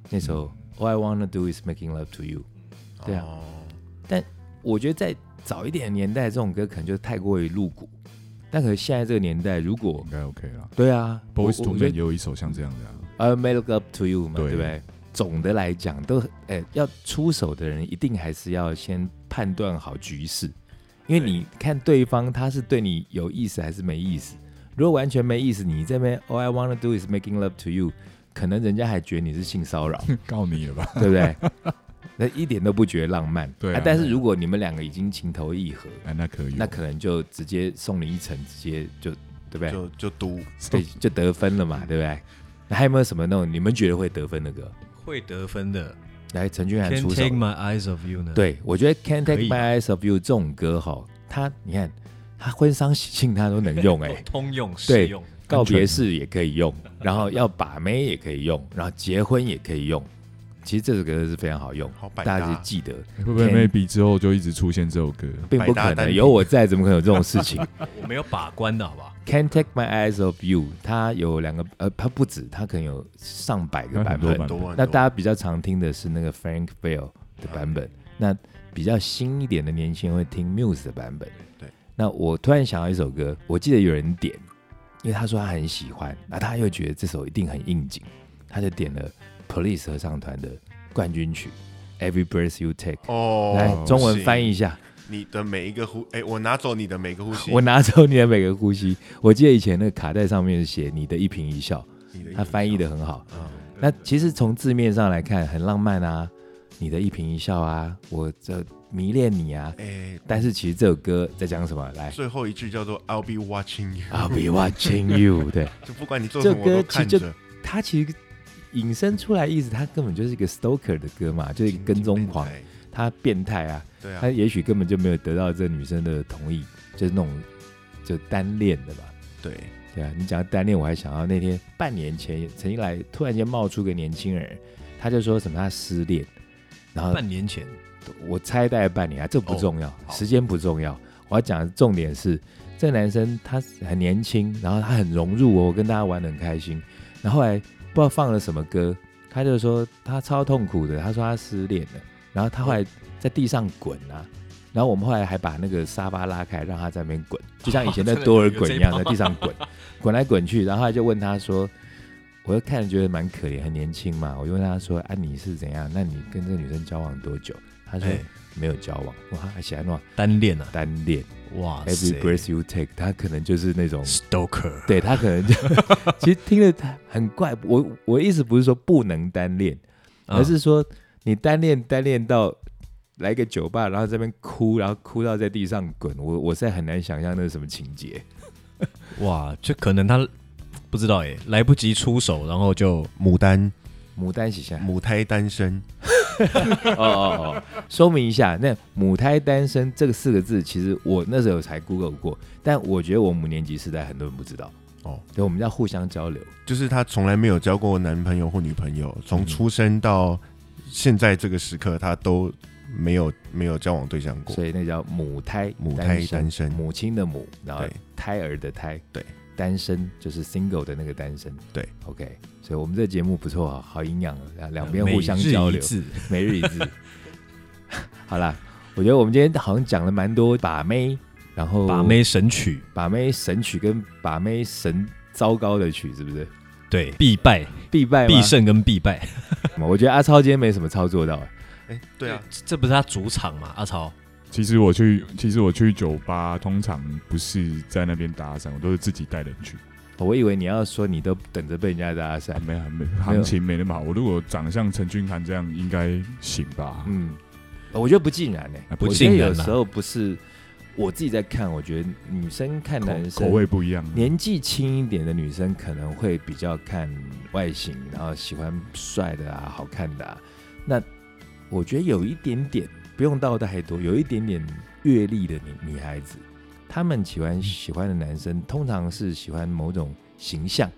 那首 All I Wanna Do Is Making Love to You，对啊
哦
我觉得在早一点的年代，这种歌可能就太过于露骨。但可是现在这个年代，如果
应该 OK 啦。
对啊
Boys
我
to
我觉
Men
得
也有一首像这样的、啊，
I made up to you 嘛，对
对
不对？总的来讲，都哎、要出手的人一定还是要先判断好局势，因为你看对方他是对你有意思还是没意思。如果完全没意思，你这边 All I wanna do is making love to you，可能人家还觉得你是性骚扰，
告你了吧？
对不对？ 那一点都不觉得浪漫。
对啊
但是如果你们两个已经情投意合，
哎，那可以，
那可能就直接送你一程，直接就对不对？啊
就就读
对，就得分了嘛，对不对？那还有没有什么那种你们觉得会得分的歌？
会得分的。
来，陈俊涵
Can't
出手
take。my eyes off you 呢？，
对，我觉得《Can't
可
啊
Take
以
My Eyes Off You》这种歌哈，它你看，它婚丧喜庆它都能用 哎、
通用
对
适用。
告别式也可以用，然后要把妹也可以用，然后结婚也可以用。其实这首歌是非常好用，
好百
大家就
搭，
记得，
会不会
Can-
maybe 之后就一直出现这首歌？
并不
百搭单
可能
品
有我在，怎么可能有这种事情？
我没有把关的好不好？
Can't Take My Eyes Off You，它有两个，呃，它不止，它可能有上百个
它很
版
多
本
版。
多
那大家比较常听的是那个 Frank Bell 的版本，那比较新一点的年轻人会听 Muse 的版本。
对，
那我突然想到一首歌，我记得有人点，因为他说他很喜欢，那他又觉得这首一定很应景，他他就点了 Police 合唱团的冠军曲《Every Breath You Take》，
哦，
来中文翻
译
译一下。
你的每一个呼，哎，我拿走你的每个呼吸，
我拿走你的每个呼吸。我记得以前那个卡带上面写你的一颦一笑，
你的一
它翻译的
秒
很好。
啊，
那其实从字面上来看，很浪漫啊，你的一颦一笑啊，我这迷恋你啊。
哎，
但是其实这首歌在讲什么？来
最后一句叫做 I'll be watching you，
，I'll be watching you 对。
就不管你做什么
这
我
歌
都
其实
看
就
着，
它其实引申出来意思，它根本就是一个 stalker 的歌嘛，就是一个跟踪狂，
哎
他变态啊，
对啊
他，也许根本就没有得到这女生的同意，就是那种就单恋的吧。
对，
对啊，你讲到单恋，我还想到那天半年前曾经来，突然间冒出个年轻人，他就说什么他失恋，然后
半年前，
我猜大概半年啊，这不重要，时间不重要，我要讲的重点是这男生他很年轻，然后他很融入哦我，我跟大家玩的很开心，然后后来不知道放了什么歌，他就说他超痛苦的，他说他失恋了，然后他后来在地上滚啊。然后我们后来还把那个沙发拉开，让他在那边滚，就像以前的
真的
多尔
有有
滚
这
一
一
样，
趴
在地上滚。滚来滚去，然后他就问他说：“我就看着觉得蛮可怜，很年轻嘛。”我就问他说：“啊，你是怎样？那你跟这女生交往多久？”他说
哎：“
没有交往。”哇，还喜欢那种
单恋啊，
单恋
哇
，every
塞
breath you take，他可能就是那种，
，Stoker，
对他可能就 其实听了他很怪。我我意思不是说不能单恋，
啊
而是说你单恋单恋到。来个酒吧，然后这边哭，然后哭到在地上滚，我我现在很难想象那是什么情节。
哇，就可能他不知道哎，来不及出手，然后就
牡丹
牡丹喜下，
母 胎单身，
哦哦哦，说明一下，那“母胎单身”这个四个字，其实我那时候才 Google 过，但我觉得我们五年级时代很多人不知道。
哦，
对，我们要互相交流。
就是她从来没有交过男朋友或女朋友，
嗯
从出生到现在这个时刻，她都没有没有交往对象过。
所以那叫母胎
母胎单身
母亲的母，然后
对
胎儿的胎，
对，
单身就是 single 的那个单身，
对
，OK，所以我们这节目不错啊，好营养啊，两两边
每
互相
日
交
一
流，
字
每日一字。 好啦，我觉得我们今天好像讲了蛮多把妹，然后
把妹神曲，
把妹神曲跟把妹神糟糕的曲是不是
对，必败、
必败吗
必胜跟必败，
我觉得阿超今天没什么操作到，
哎，对啊，
这这不是他主场嘛？阿超，
其实我去，其实我去酒吧，通常不是在那边搭讪，我都是自己带人去。
我以为你要说你都等着被人家搭讪
啊，。没没行情没那么好。我如果长相陈俊涵这样，应该行吧？
嗯，我觉得不尽然呢、
啊
我
不
觉得
尽然啊
有时候不是我自己在看，我觉得女生看男
口口
生，
味不一样。啊
年纪轻一点的女生可能会比较看外形，然后喜欢帅的啊、好看的啊。那我觉得有一点点不用到太多，有一点点阅历的女女孩子，她们喜欢喜欢的男生，通常是喜欢某种形象，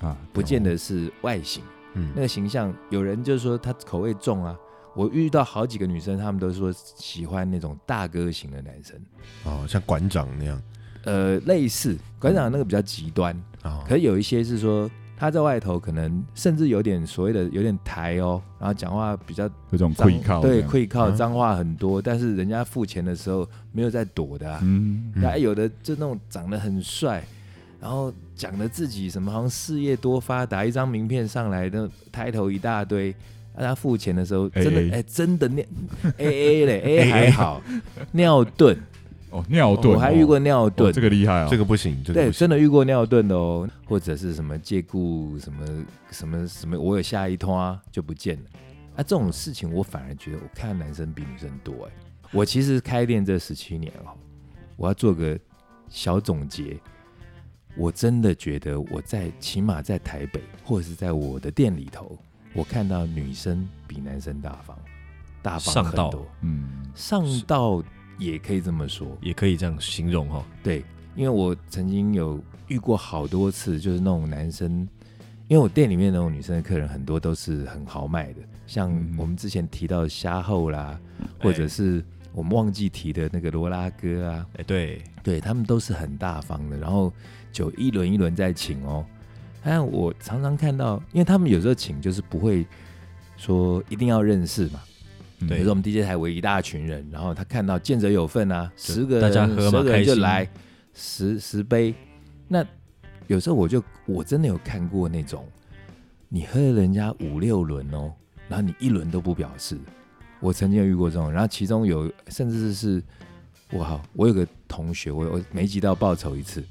啊，
不见得是外形。那
嗯，
个形象，有人就说他口味重啊。我遇到好几个女生，她们都说喜欢那种大哥型的男生，
哦，像馆长那样
呃，类似馆长那个比较极端，
哦
啊，
可是有一些是说他在外头可能甚至有点所谓的有点台哦，然后讲话比较
有种
脏
愧靠这
对，
样，
会靠
嗯
脏话很多，但是人家付钱的时候没有在躲的啊，
嗯，
嗯
那、有的就那种长得很帅，然后讲的自己什么好像事业多发达，一张名片上来的抬头一大堆。啊、他付钱的时候，真的
AA
哎、真的尿 A A 嘞 A 还好，尿遁，
哦，尿遁，
我还遇过尿
哦
遁，
这个厉害哦，
这个不行，这个
对，
不行，
真的遇过尿遁的哦，或者是什么借故什么什么什么，我有下一通啊就不见了。啊，这种事情我反而觉得，我看男生比女生多哎、我其实开店这十七年哦，我要做个小总结。我真的觉得我在起码在台北或者是在我的店里头，我看到女生比男生大方，大方
上
很
道
多，
嗯，
上道也可以这么说。
也可以这样形容哦哈。
对，因为我曾经有遇过好多次，就是那种男生，因为我店里面那种女生的客人很多都是很豪迈的，像
嗯
我们之前提到的虾后啦，或者是我们忘记提的那个罗拉哥啊，
哎，对，
对他们都是很大方的，然后酒一轮一轮在请哦。但我常常看到，因为他们有时候请就是不会说一定要认识嘛，
嗯
比如说我们 DJ 台围一大群人，然后他看到见者有份啊，
就
十个人
大家喝嘛
十个人
开心
就来十十杯。那有时候我就我真的有看过那种，你喝了人家五六轮哦，然后你一轮都不表示。我曾经有遇过这种，然后其中有甚至是我好，我有个同学，我我每一集都要报仇一次。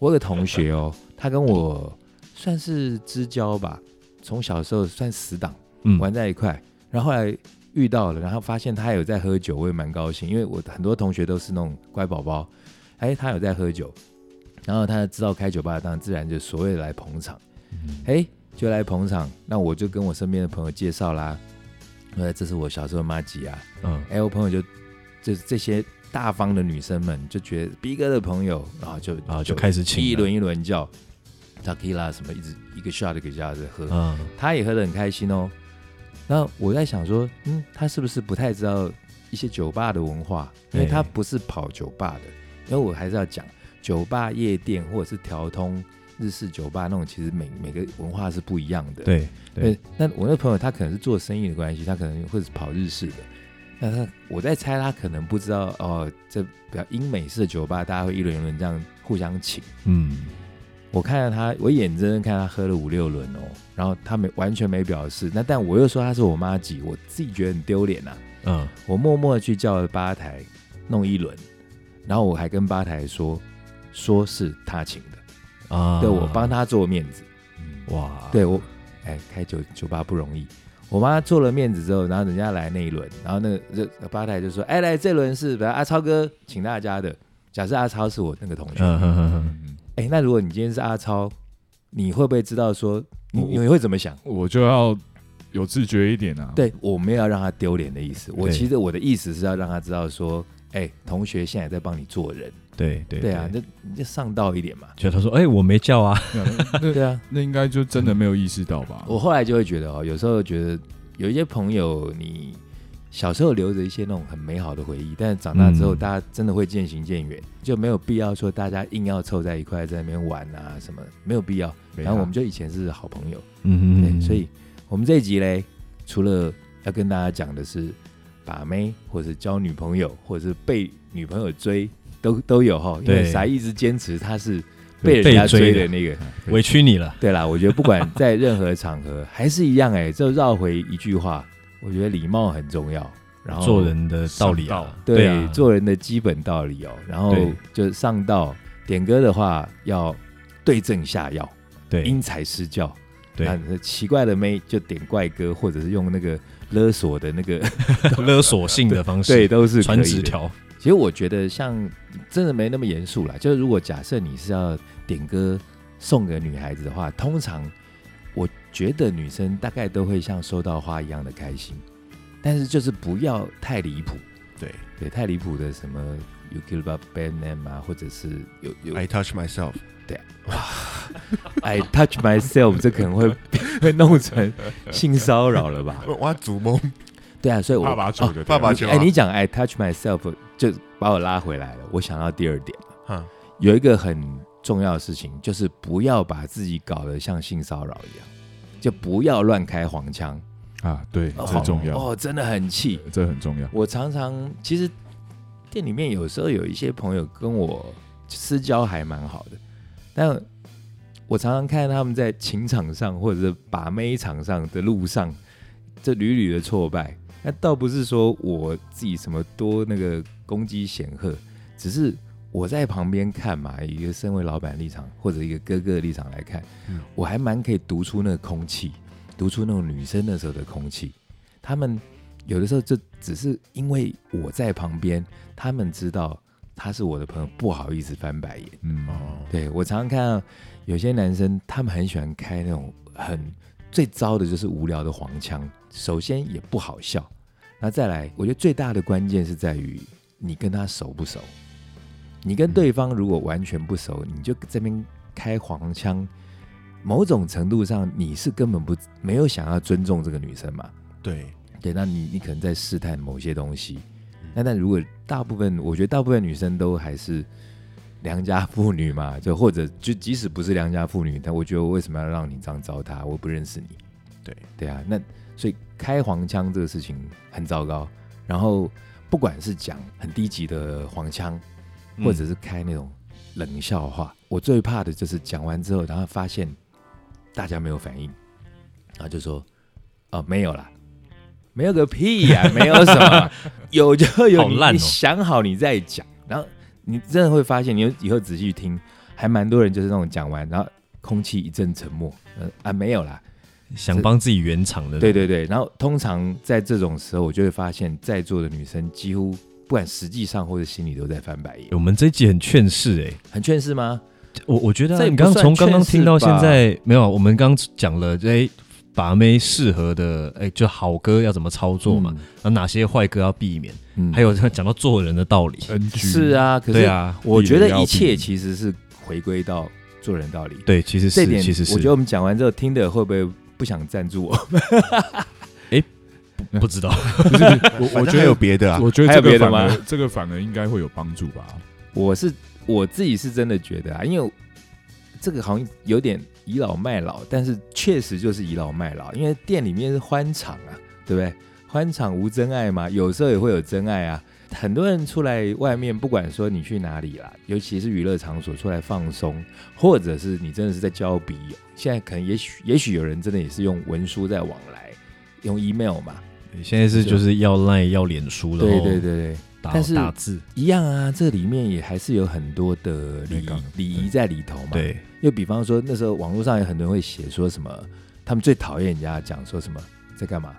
我有个同学哦，他跟我算是知交吧，从小时候算死党，
嗯，
玩在一块，然后后来遇到了，然后发现他有在喝酒，我也蛮高兴，因为我很多同学都是那种乖宝宝，哎，他有在喝酒，然后他知道开酒吧，当然自然就所谓来捧场，
嗯
哎，就来捧场，那我就跟我身边的朋友介绍啦，呃，这是我小时候的妈吉啊，
嗯
哎，我朋友就就是这些大方的女生们就觉得逼哥的朋友，然后就
啊，就开始请了
一轮一轮叫 t a k i l a 什么，一直一个 shot 一个 shot 的喝，
嗯
他也喝得很开心哦。那我在想说，嗯，他是不是不太知道一些酒吧的文化？因为
哎
他不是跑酒吧的。因为我还是要讲，酒吧、夜店或者是调通日式酒吧那种，其实每每个文化是不一样的。
对
对
对，
那我那朋友他可能是做生意的关系，他可能会是跑日式的。那他我在猜，他可能不知道哦，这比较英美式的酒吧，大家会一轮一轮这样互相请。
嗯
我看到他，我眼睁睁看他喝了五六轮哦，然后他没完全没表示。那但我又说他是我妈挤，我自己觉得很丢脸呐。
嗯
我默默的去叫了吧台弄一轮，然后我还跟吧台说，说是他请的，
啊，
对我帮他做面子。
哇，
对我，哎，开酒酒吧不容易。我妈做了面子之后，然后人家来那一轮，然后那个这吧台就说：“哎，来这轮是本来阿超哥请大家的。假设阿超是我那个同学，
嗯哼哼哼，
嗯
哎，那如果你今天是阿超，你会不会知道说你
我嗯
你会怎么想？
我就要有自觉一点啊。，
对我没有要让他丢脸的意思，我
对
其实我的意思是要让他知道说，哎，同学现在在帮你做人，
对对
对啊，，那你就上道一点嘛。
就他说，哎，我没叫啊，
那
对啊，
那应该就真的没有意识到吧？
我后来就会觉得哦，有时候觉得有一些朋友，你小时候留着一些那种很美好的回忆，但是长大之后，
嗯
大家真的会渐行渐远，就没有必要说大家硬要凑在一块在那边玩啊什么，没有必要。
没
然后我
看
们就以前是好朋友。
嗯
对，所以我们这一集嘞，除了要跟大家讲的是把妹，或者是交女朋友，或者是被女朋友追，都都有哈。因为
对
啥一直坚持他是被人家
被追
追
的
的 那个。
委屈你了，
对啦，我觉得不管在任何场合， 还是一样哎、就绕回一句话，我觉得礼貌很重要，然后
做人的道理
上道
啊，
对
啊，
做人的基本道理哦。然后
对
就上到点歌的话，要对症下药，
对
因材施教。
对
啊，，那奇怪的妹就点怪歌，或者是用那个勒索的那 个，
勒索性的方式，
对，都是可以
传
的
纸。条，
其实我觉得像真的没那么严肃啦，就是如果假设你是要点歌送给女孩子的话，通常我觉得女生大概都会像收到花一样的开心，但是就是不要太离谱，
对
对，太离谱的什
嗯
么 You Give Up Bad Name 啊，或者是有有
，I touch myself，
I Touch Myself，这可能会 会弄成性骚扰了吧？
我我祖母
对啊，所以我
爸爸
哦
酒的
爸爸酒
哎、你讲 I touch myself 就把我拉回来了。我想到第二点，
哈，
有一个很重要的事情，就是不要把自己搞得像性骚扰一样，就不要乱开黄腔，
啊，对，
哦
这重要，
哦，真的很气。
这很重要。
我常常其实店里面有时候有一些朋友跟我私交还蛮好的，但我常常看他们在情场上或者是把妹场上的路上，这屡屡的挫败。那倒不是说我自己什么多那个攻击显赫，只是我在旁边看嘛，以一个身为老板的立场或者一个哥哥的立场来看，
嗯
我还蛮可以读出那个空气，读出那种女生那时候的空气。他们有的时候就只是因为我在旁边，他们知道他是我的朋友，不好意思翻白眼。
嗯，
哦，
对我常常看到有些男生，他们很喜欢开那种很最糟的就是无聊的黄腔，首先也不好笑，那再来，我觉得最大的关键是在于你跟他熟不熟。你跟对方如果完全不熟，你就这边开黄腔，某种程度上你是根本不没有想要尊重这个女生嘛？
对，
对，那你你可能在试探某些东西
嗯。
那但如果大部分，我觉得大部分女生都还是良家妇女嘛，就或者就即使不是良家妇女，但我觉得我为什么要让你这样糟蹋？我不认识你。
对
对啊，那所以开黄腔这个事情很糟糕。然后不管是讲很低级的黄腔，
嗯
或者是开那种冷笑话，我最怕的就是讲完之后，然后发现大家没有反应，然后就说哦没有啦，没有个屁 呀、没有什么，有就有
好
你，
烂哦
你想好你再讲。然后你真的会发现，你以后仔细去听，还蛮多人就是那种讲完，然后空气一阵沉默，呃啊没有啦，
想帮自己圆场的，
对对对，然后通常在这种时候，我就会发现，在座的女生几乎不管实际上或者心里都在翻白眼
欸。我们这一集很劝世哎、
很劝世吗？
我我觉得啊、
这也
你
不
刚
算
从刚刚
劝世
听到现
吧
在没有啊，我们刚刚讲了哎、把妹适合的哎、就好歌要怎么操作嘛，那、哪些坏歌要避免，
嗯嗯，嗯
还有讲到做人的道理，
NG
是，啊，可
对
是
啊，
我觉得
避免要
一切
避
其实是回归到做人道理。
对，其实
这
是
点
其实是，
我觉得我们讲完之后，听的会不会不想赞助我？
不知道，
不是不是我
反
我
正
觉
还
得
有别的啊，
我觉得
还有
这个
别的
反而
吗
这个反而应该会有帮助吧。
我是我自己是真的觉得啊，因为我这个好像有点倚老卖老，但是确实就是倚老卖老，因为店里面是欢场啊，对不对？欢场无真爱嘛，有时候也会有真爱啊。很多人出来外面，不管说你去哪里啦，尤其是娱乐场所出来放松，或者是你真的是在交笔友。现在可能也许也许有人真的也是用文书在往来，用 email 嘛，
现在是就是要赖要脸书，然
对
后
对对对。
打
但是
打字，
一样啊，这里面也还是有很多的礼
那个
礼仪在里头嘛。，
对，
又比方说那时候网络上有很多人会写说什么，他们最讨厌人家讲说什么在干嘛，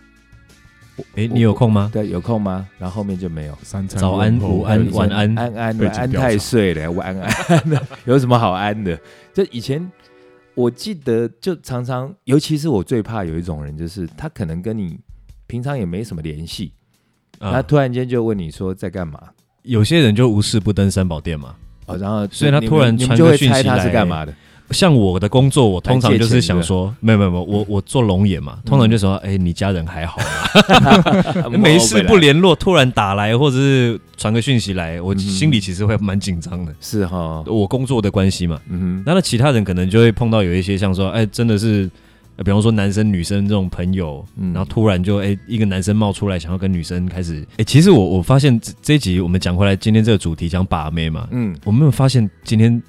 哎、你有空吗？
对，有空吗？然后后面就没有。
三餐
早安
问候
午安
还有
晚安
安安
背景
晚安
调查
太岁了，晚安 的有什么好安的？就以前我记得，就常常，尤其是我最怕有一种人，就是他可能跟你平常也没什么联系，他
啊，
突然间就问你说在干嘛，
有些人就无事不登三宝殿嘛。
哦，然后
所以他
你
突然
你们
传
就
个
会
讯
猜
息
他是
来
干 嘛的。
像我的工作，我通常
来
就
借
是
钱
想说，没有没有没有，我我做龙眼嘛，通常就说，哎、你家人还好 吗？
啊
没事不联络，突然打来或者是传个讯息来，我
嗯
心里其实会蛮紧张的。
是哈，
我工作的关系嘛，
嗯哼，
那那其他人可能就会碰到有一些像说，哎，真的是，呃比方说男生女生这种朋友，
嗯
然后突然就哎一个男生冒出来想要跟女生开始，哎，其实我我发现这这一集我们讲回来，今天这个主题讲把妹嘛，
嗯，
我没有发现今天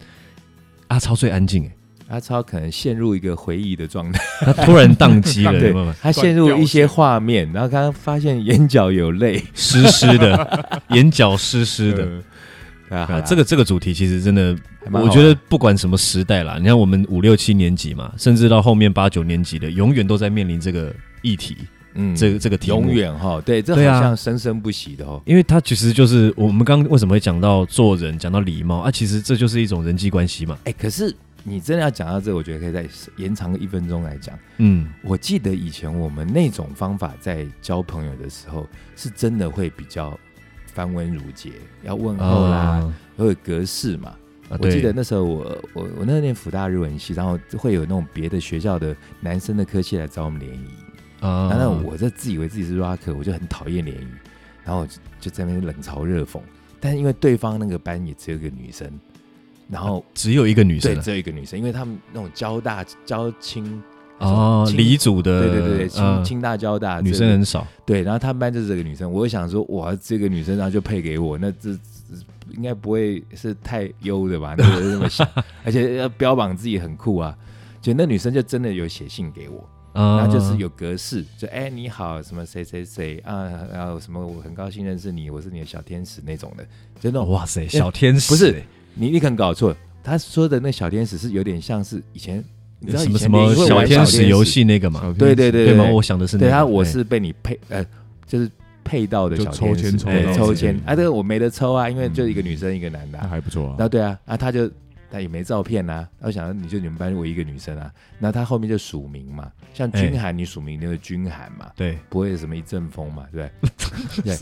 阿超最安静，哎，
阿超可能陷入一个回忆的状态，
他突然宕机了，有
对
没有？
他陷入一些画面，然后刚刚发现眼角有泪
湿湿的，眼角湿湿的。
呃
啊
啊，这个这个主题其实真的，
还蛮好
我觉得不管什么时代啦，你看我们五六七年级嘛，甚至到后面八九年级的，永远都在面临这个议题，
嗯
这个这个题目
永，远哈，对，这好
对啊
像生生不息的哦，
因为它其实就是我们刚刚为什么会讲到做人，讲到礼貌啊，其实这就是一种人际关系嘛。
哎，可是你真的要讲到这，我觉得可以再延长个一分钟来讲。
嗯，
我记得以前我们那种方法在交朋友的时候，是真的会比较繁文缛节，要问候啦，
啊，
会有格式嘛。我
啊
记得
对，
那时候我我我那念福大日文系，然后会有那种别的学校的男生的科系来找我们联谊。
啊
那、那我这自以为自己是 rocker，我就很讨厌联谊，然后我就就在那边冷嘲热讽。但是因为对方那个班也只有一个女生，然后、
只有一个女生
对
啊
只有一个女生，因为他们那种交大交青
哦，
清
黎组的，
对对对对
啊
清清大交大
女
这
生
个
很少，
对，然后他们班就是这个女生，我就想说，哇，这个女生然后就配给我，那这这应该不会是太优的吧？那我就这么想，而且要标榜自己很酷啊。就那女生就真的有写信给我，
啊
然后就是有格式，就哎、你好，什么谁谁谁啊，然后什么我很高兴认识你，我是你的小天使那种的，就那种哎
哇塞，小天使
不是
欸
你你可能搞错，他说的那小天使是有点像是以前你知道
什
以
么什
前联
么
谊会
小
玩
天
小
使游，戏那个嘛，
对对对
对吗？我想的是哎那
对
个，
他，我
对
是被你配呃，就是配到的
就
小
抽
天使
签抽
对
到的嗯
抽
这
签
个
啊，这个我没得抽啊，因为就一个女生一个男的、
那
啊，
还不错
然
啊
后。对啊，啊他就他也没照片啊，然后想说你就你们班唯一一个女生啊，然后他后面就署名嘛，像
哎
君涵你署名就是君涵嘛，
对，
不会什么一阵风嘛，对不对？对，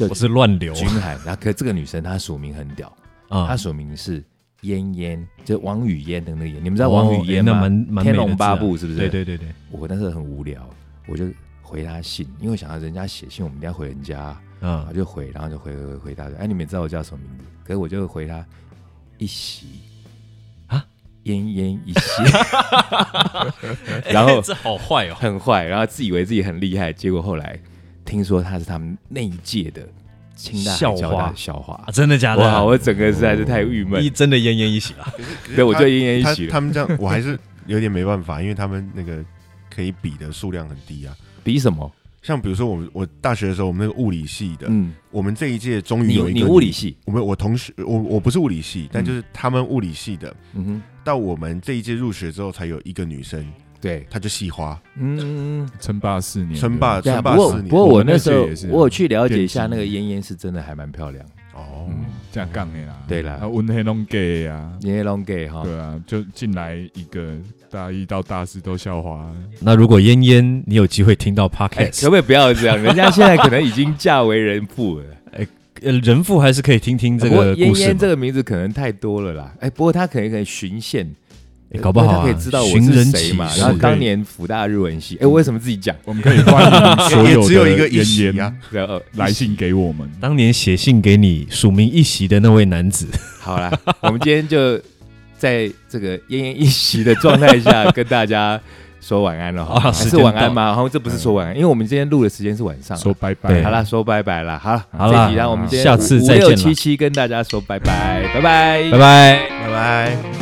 我
就是
乱流
君涵，然后可这个女生她署名很屌，
啊
她署名是嫣嫣，就王语嫣的那个嫣，你们知道王语嫣
哦那
吗？
蛮蛮美
天
的字啊
龙八部是不是？
对对对对，
我那时候很无聊，我就回他信，因为我想到人家写信，我们一定要回人家，
啊
我，就回，然后就回回回回他说，哎，你们也知道我叫什么名字？可是我就回他一席
啊，
奄奄一息，然后
这好坏哦，
很坏，然后自以为自己很厉害，结果后来听说他是他们那一届的清大还
校
交大
花
的校花
啊，。真的假的
哇！
啊？
我整个实在是太郁闷
一，真的奄奄一息了，
对，我就奄奄
他
一息了。
他们这样，我还是有点没办法，因为他们那个可以比的数量很低啊。
比什么？
像比如说我们我大学的时候，我们那个物理系的，
嗯，
我们这一届终于
你
有一
你
个
物理系，
我们我同学，我我不是物理系，但就是他们物理系的，
嗯
到我们这一届入学之后，才有一个女生，
哼，对，
她就系花，
嗯，
称霸四年的，
称霸
对啊。
称
不
霸
过
四
不
年
过
我
我
们那
那时候
届也是啊
我有去了解一下
电
那
机
个燕燕是真的还蛮漂亮，
哦，
嗯，这样杠的啦，
对啦
啊，温黑弄 gay 啊，
燕燕 long gay 哈，
对啊，就进来一个大一到大四都啊校花，
那如果嫣嫣，你有机会听到
哎，
podcast，
可不可以不要这样？人家现在可能已经嫁为人妇了。
呃人父还是可以听听 这
不过
个
燕
故事
燕
嘛
这个名字可能太多了啦，哎，不过她可能可以循线，
哎搞不好啊
她可以知道我
寻
是
人
谁嘛。
启事
然后当年辅大日文系，哎，我为什么自己讲？
我们可以欢迎所
也
有
只有
的
一个一
人
席
言
啊
对呃
来信给我们，
当年写信给你署名一席的那位男 子，
好啦，我们今天就在这个奄奄一息的状态下跟大家说晚安了哈，
啊
还
时
是
间
晚
到
安吗？好像这不是说晚安，因为我们今天录的时间是晚上啊。
说拜拜
对，
好啦，说拜拜啦，好了，
好
这
啦
集让我们今天
下次
五
再见
六
啦
七七跟大家说拜拜，拜拜，拜
拜拜。
拜拜。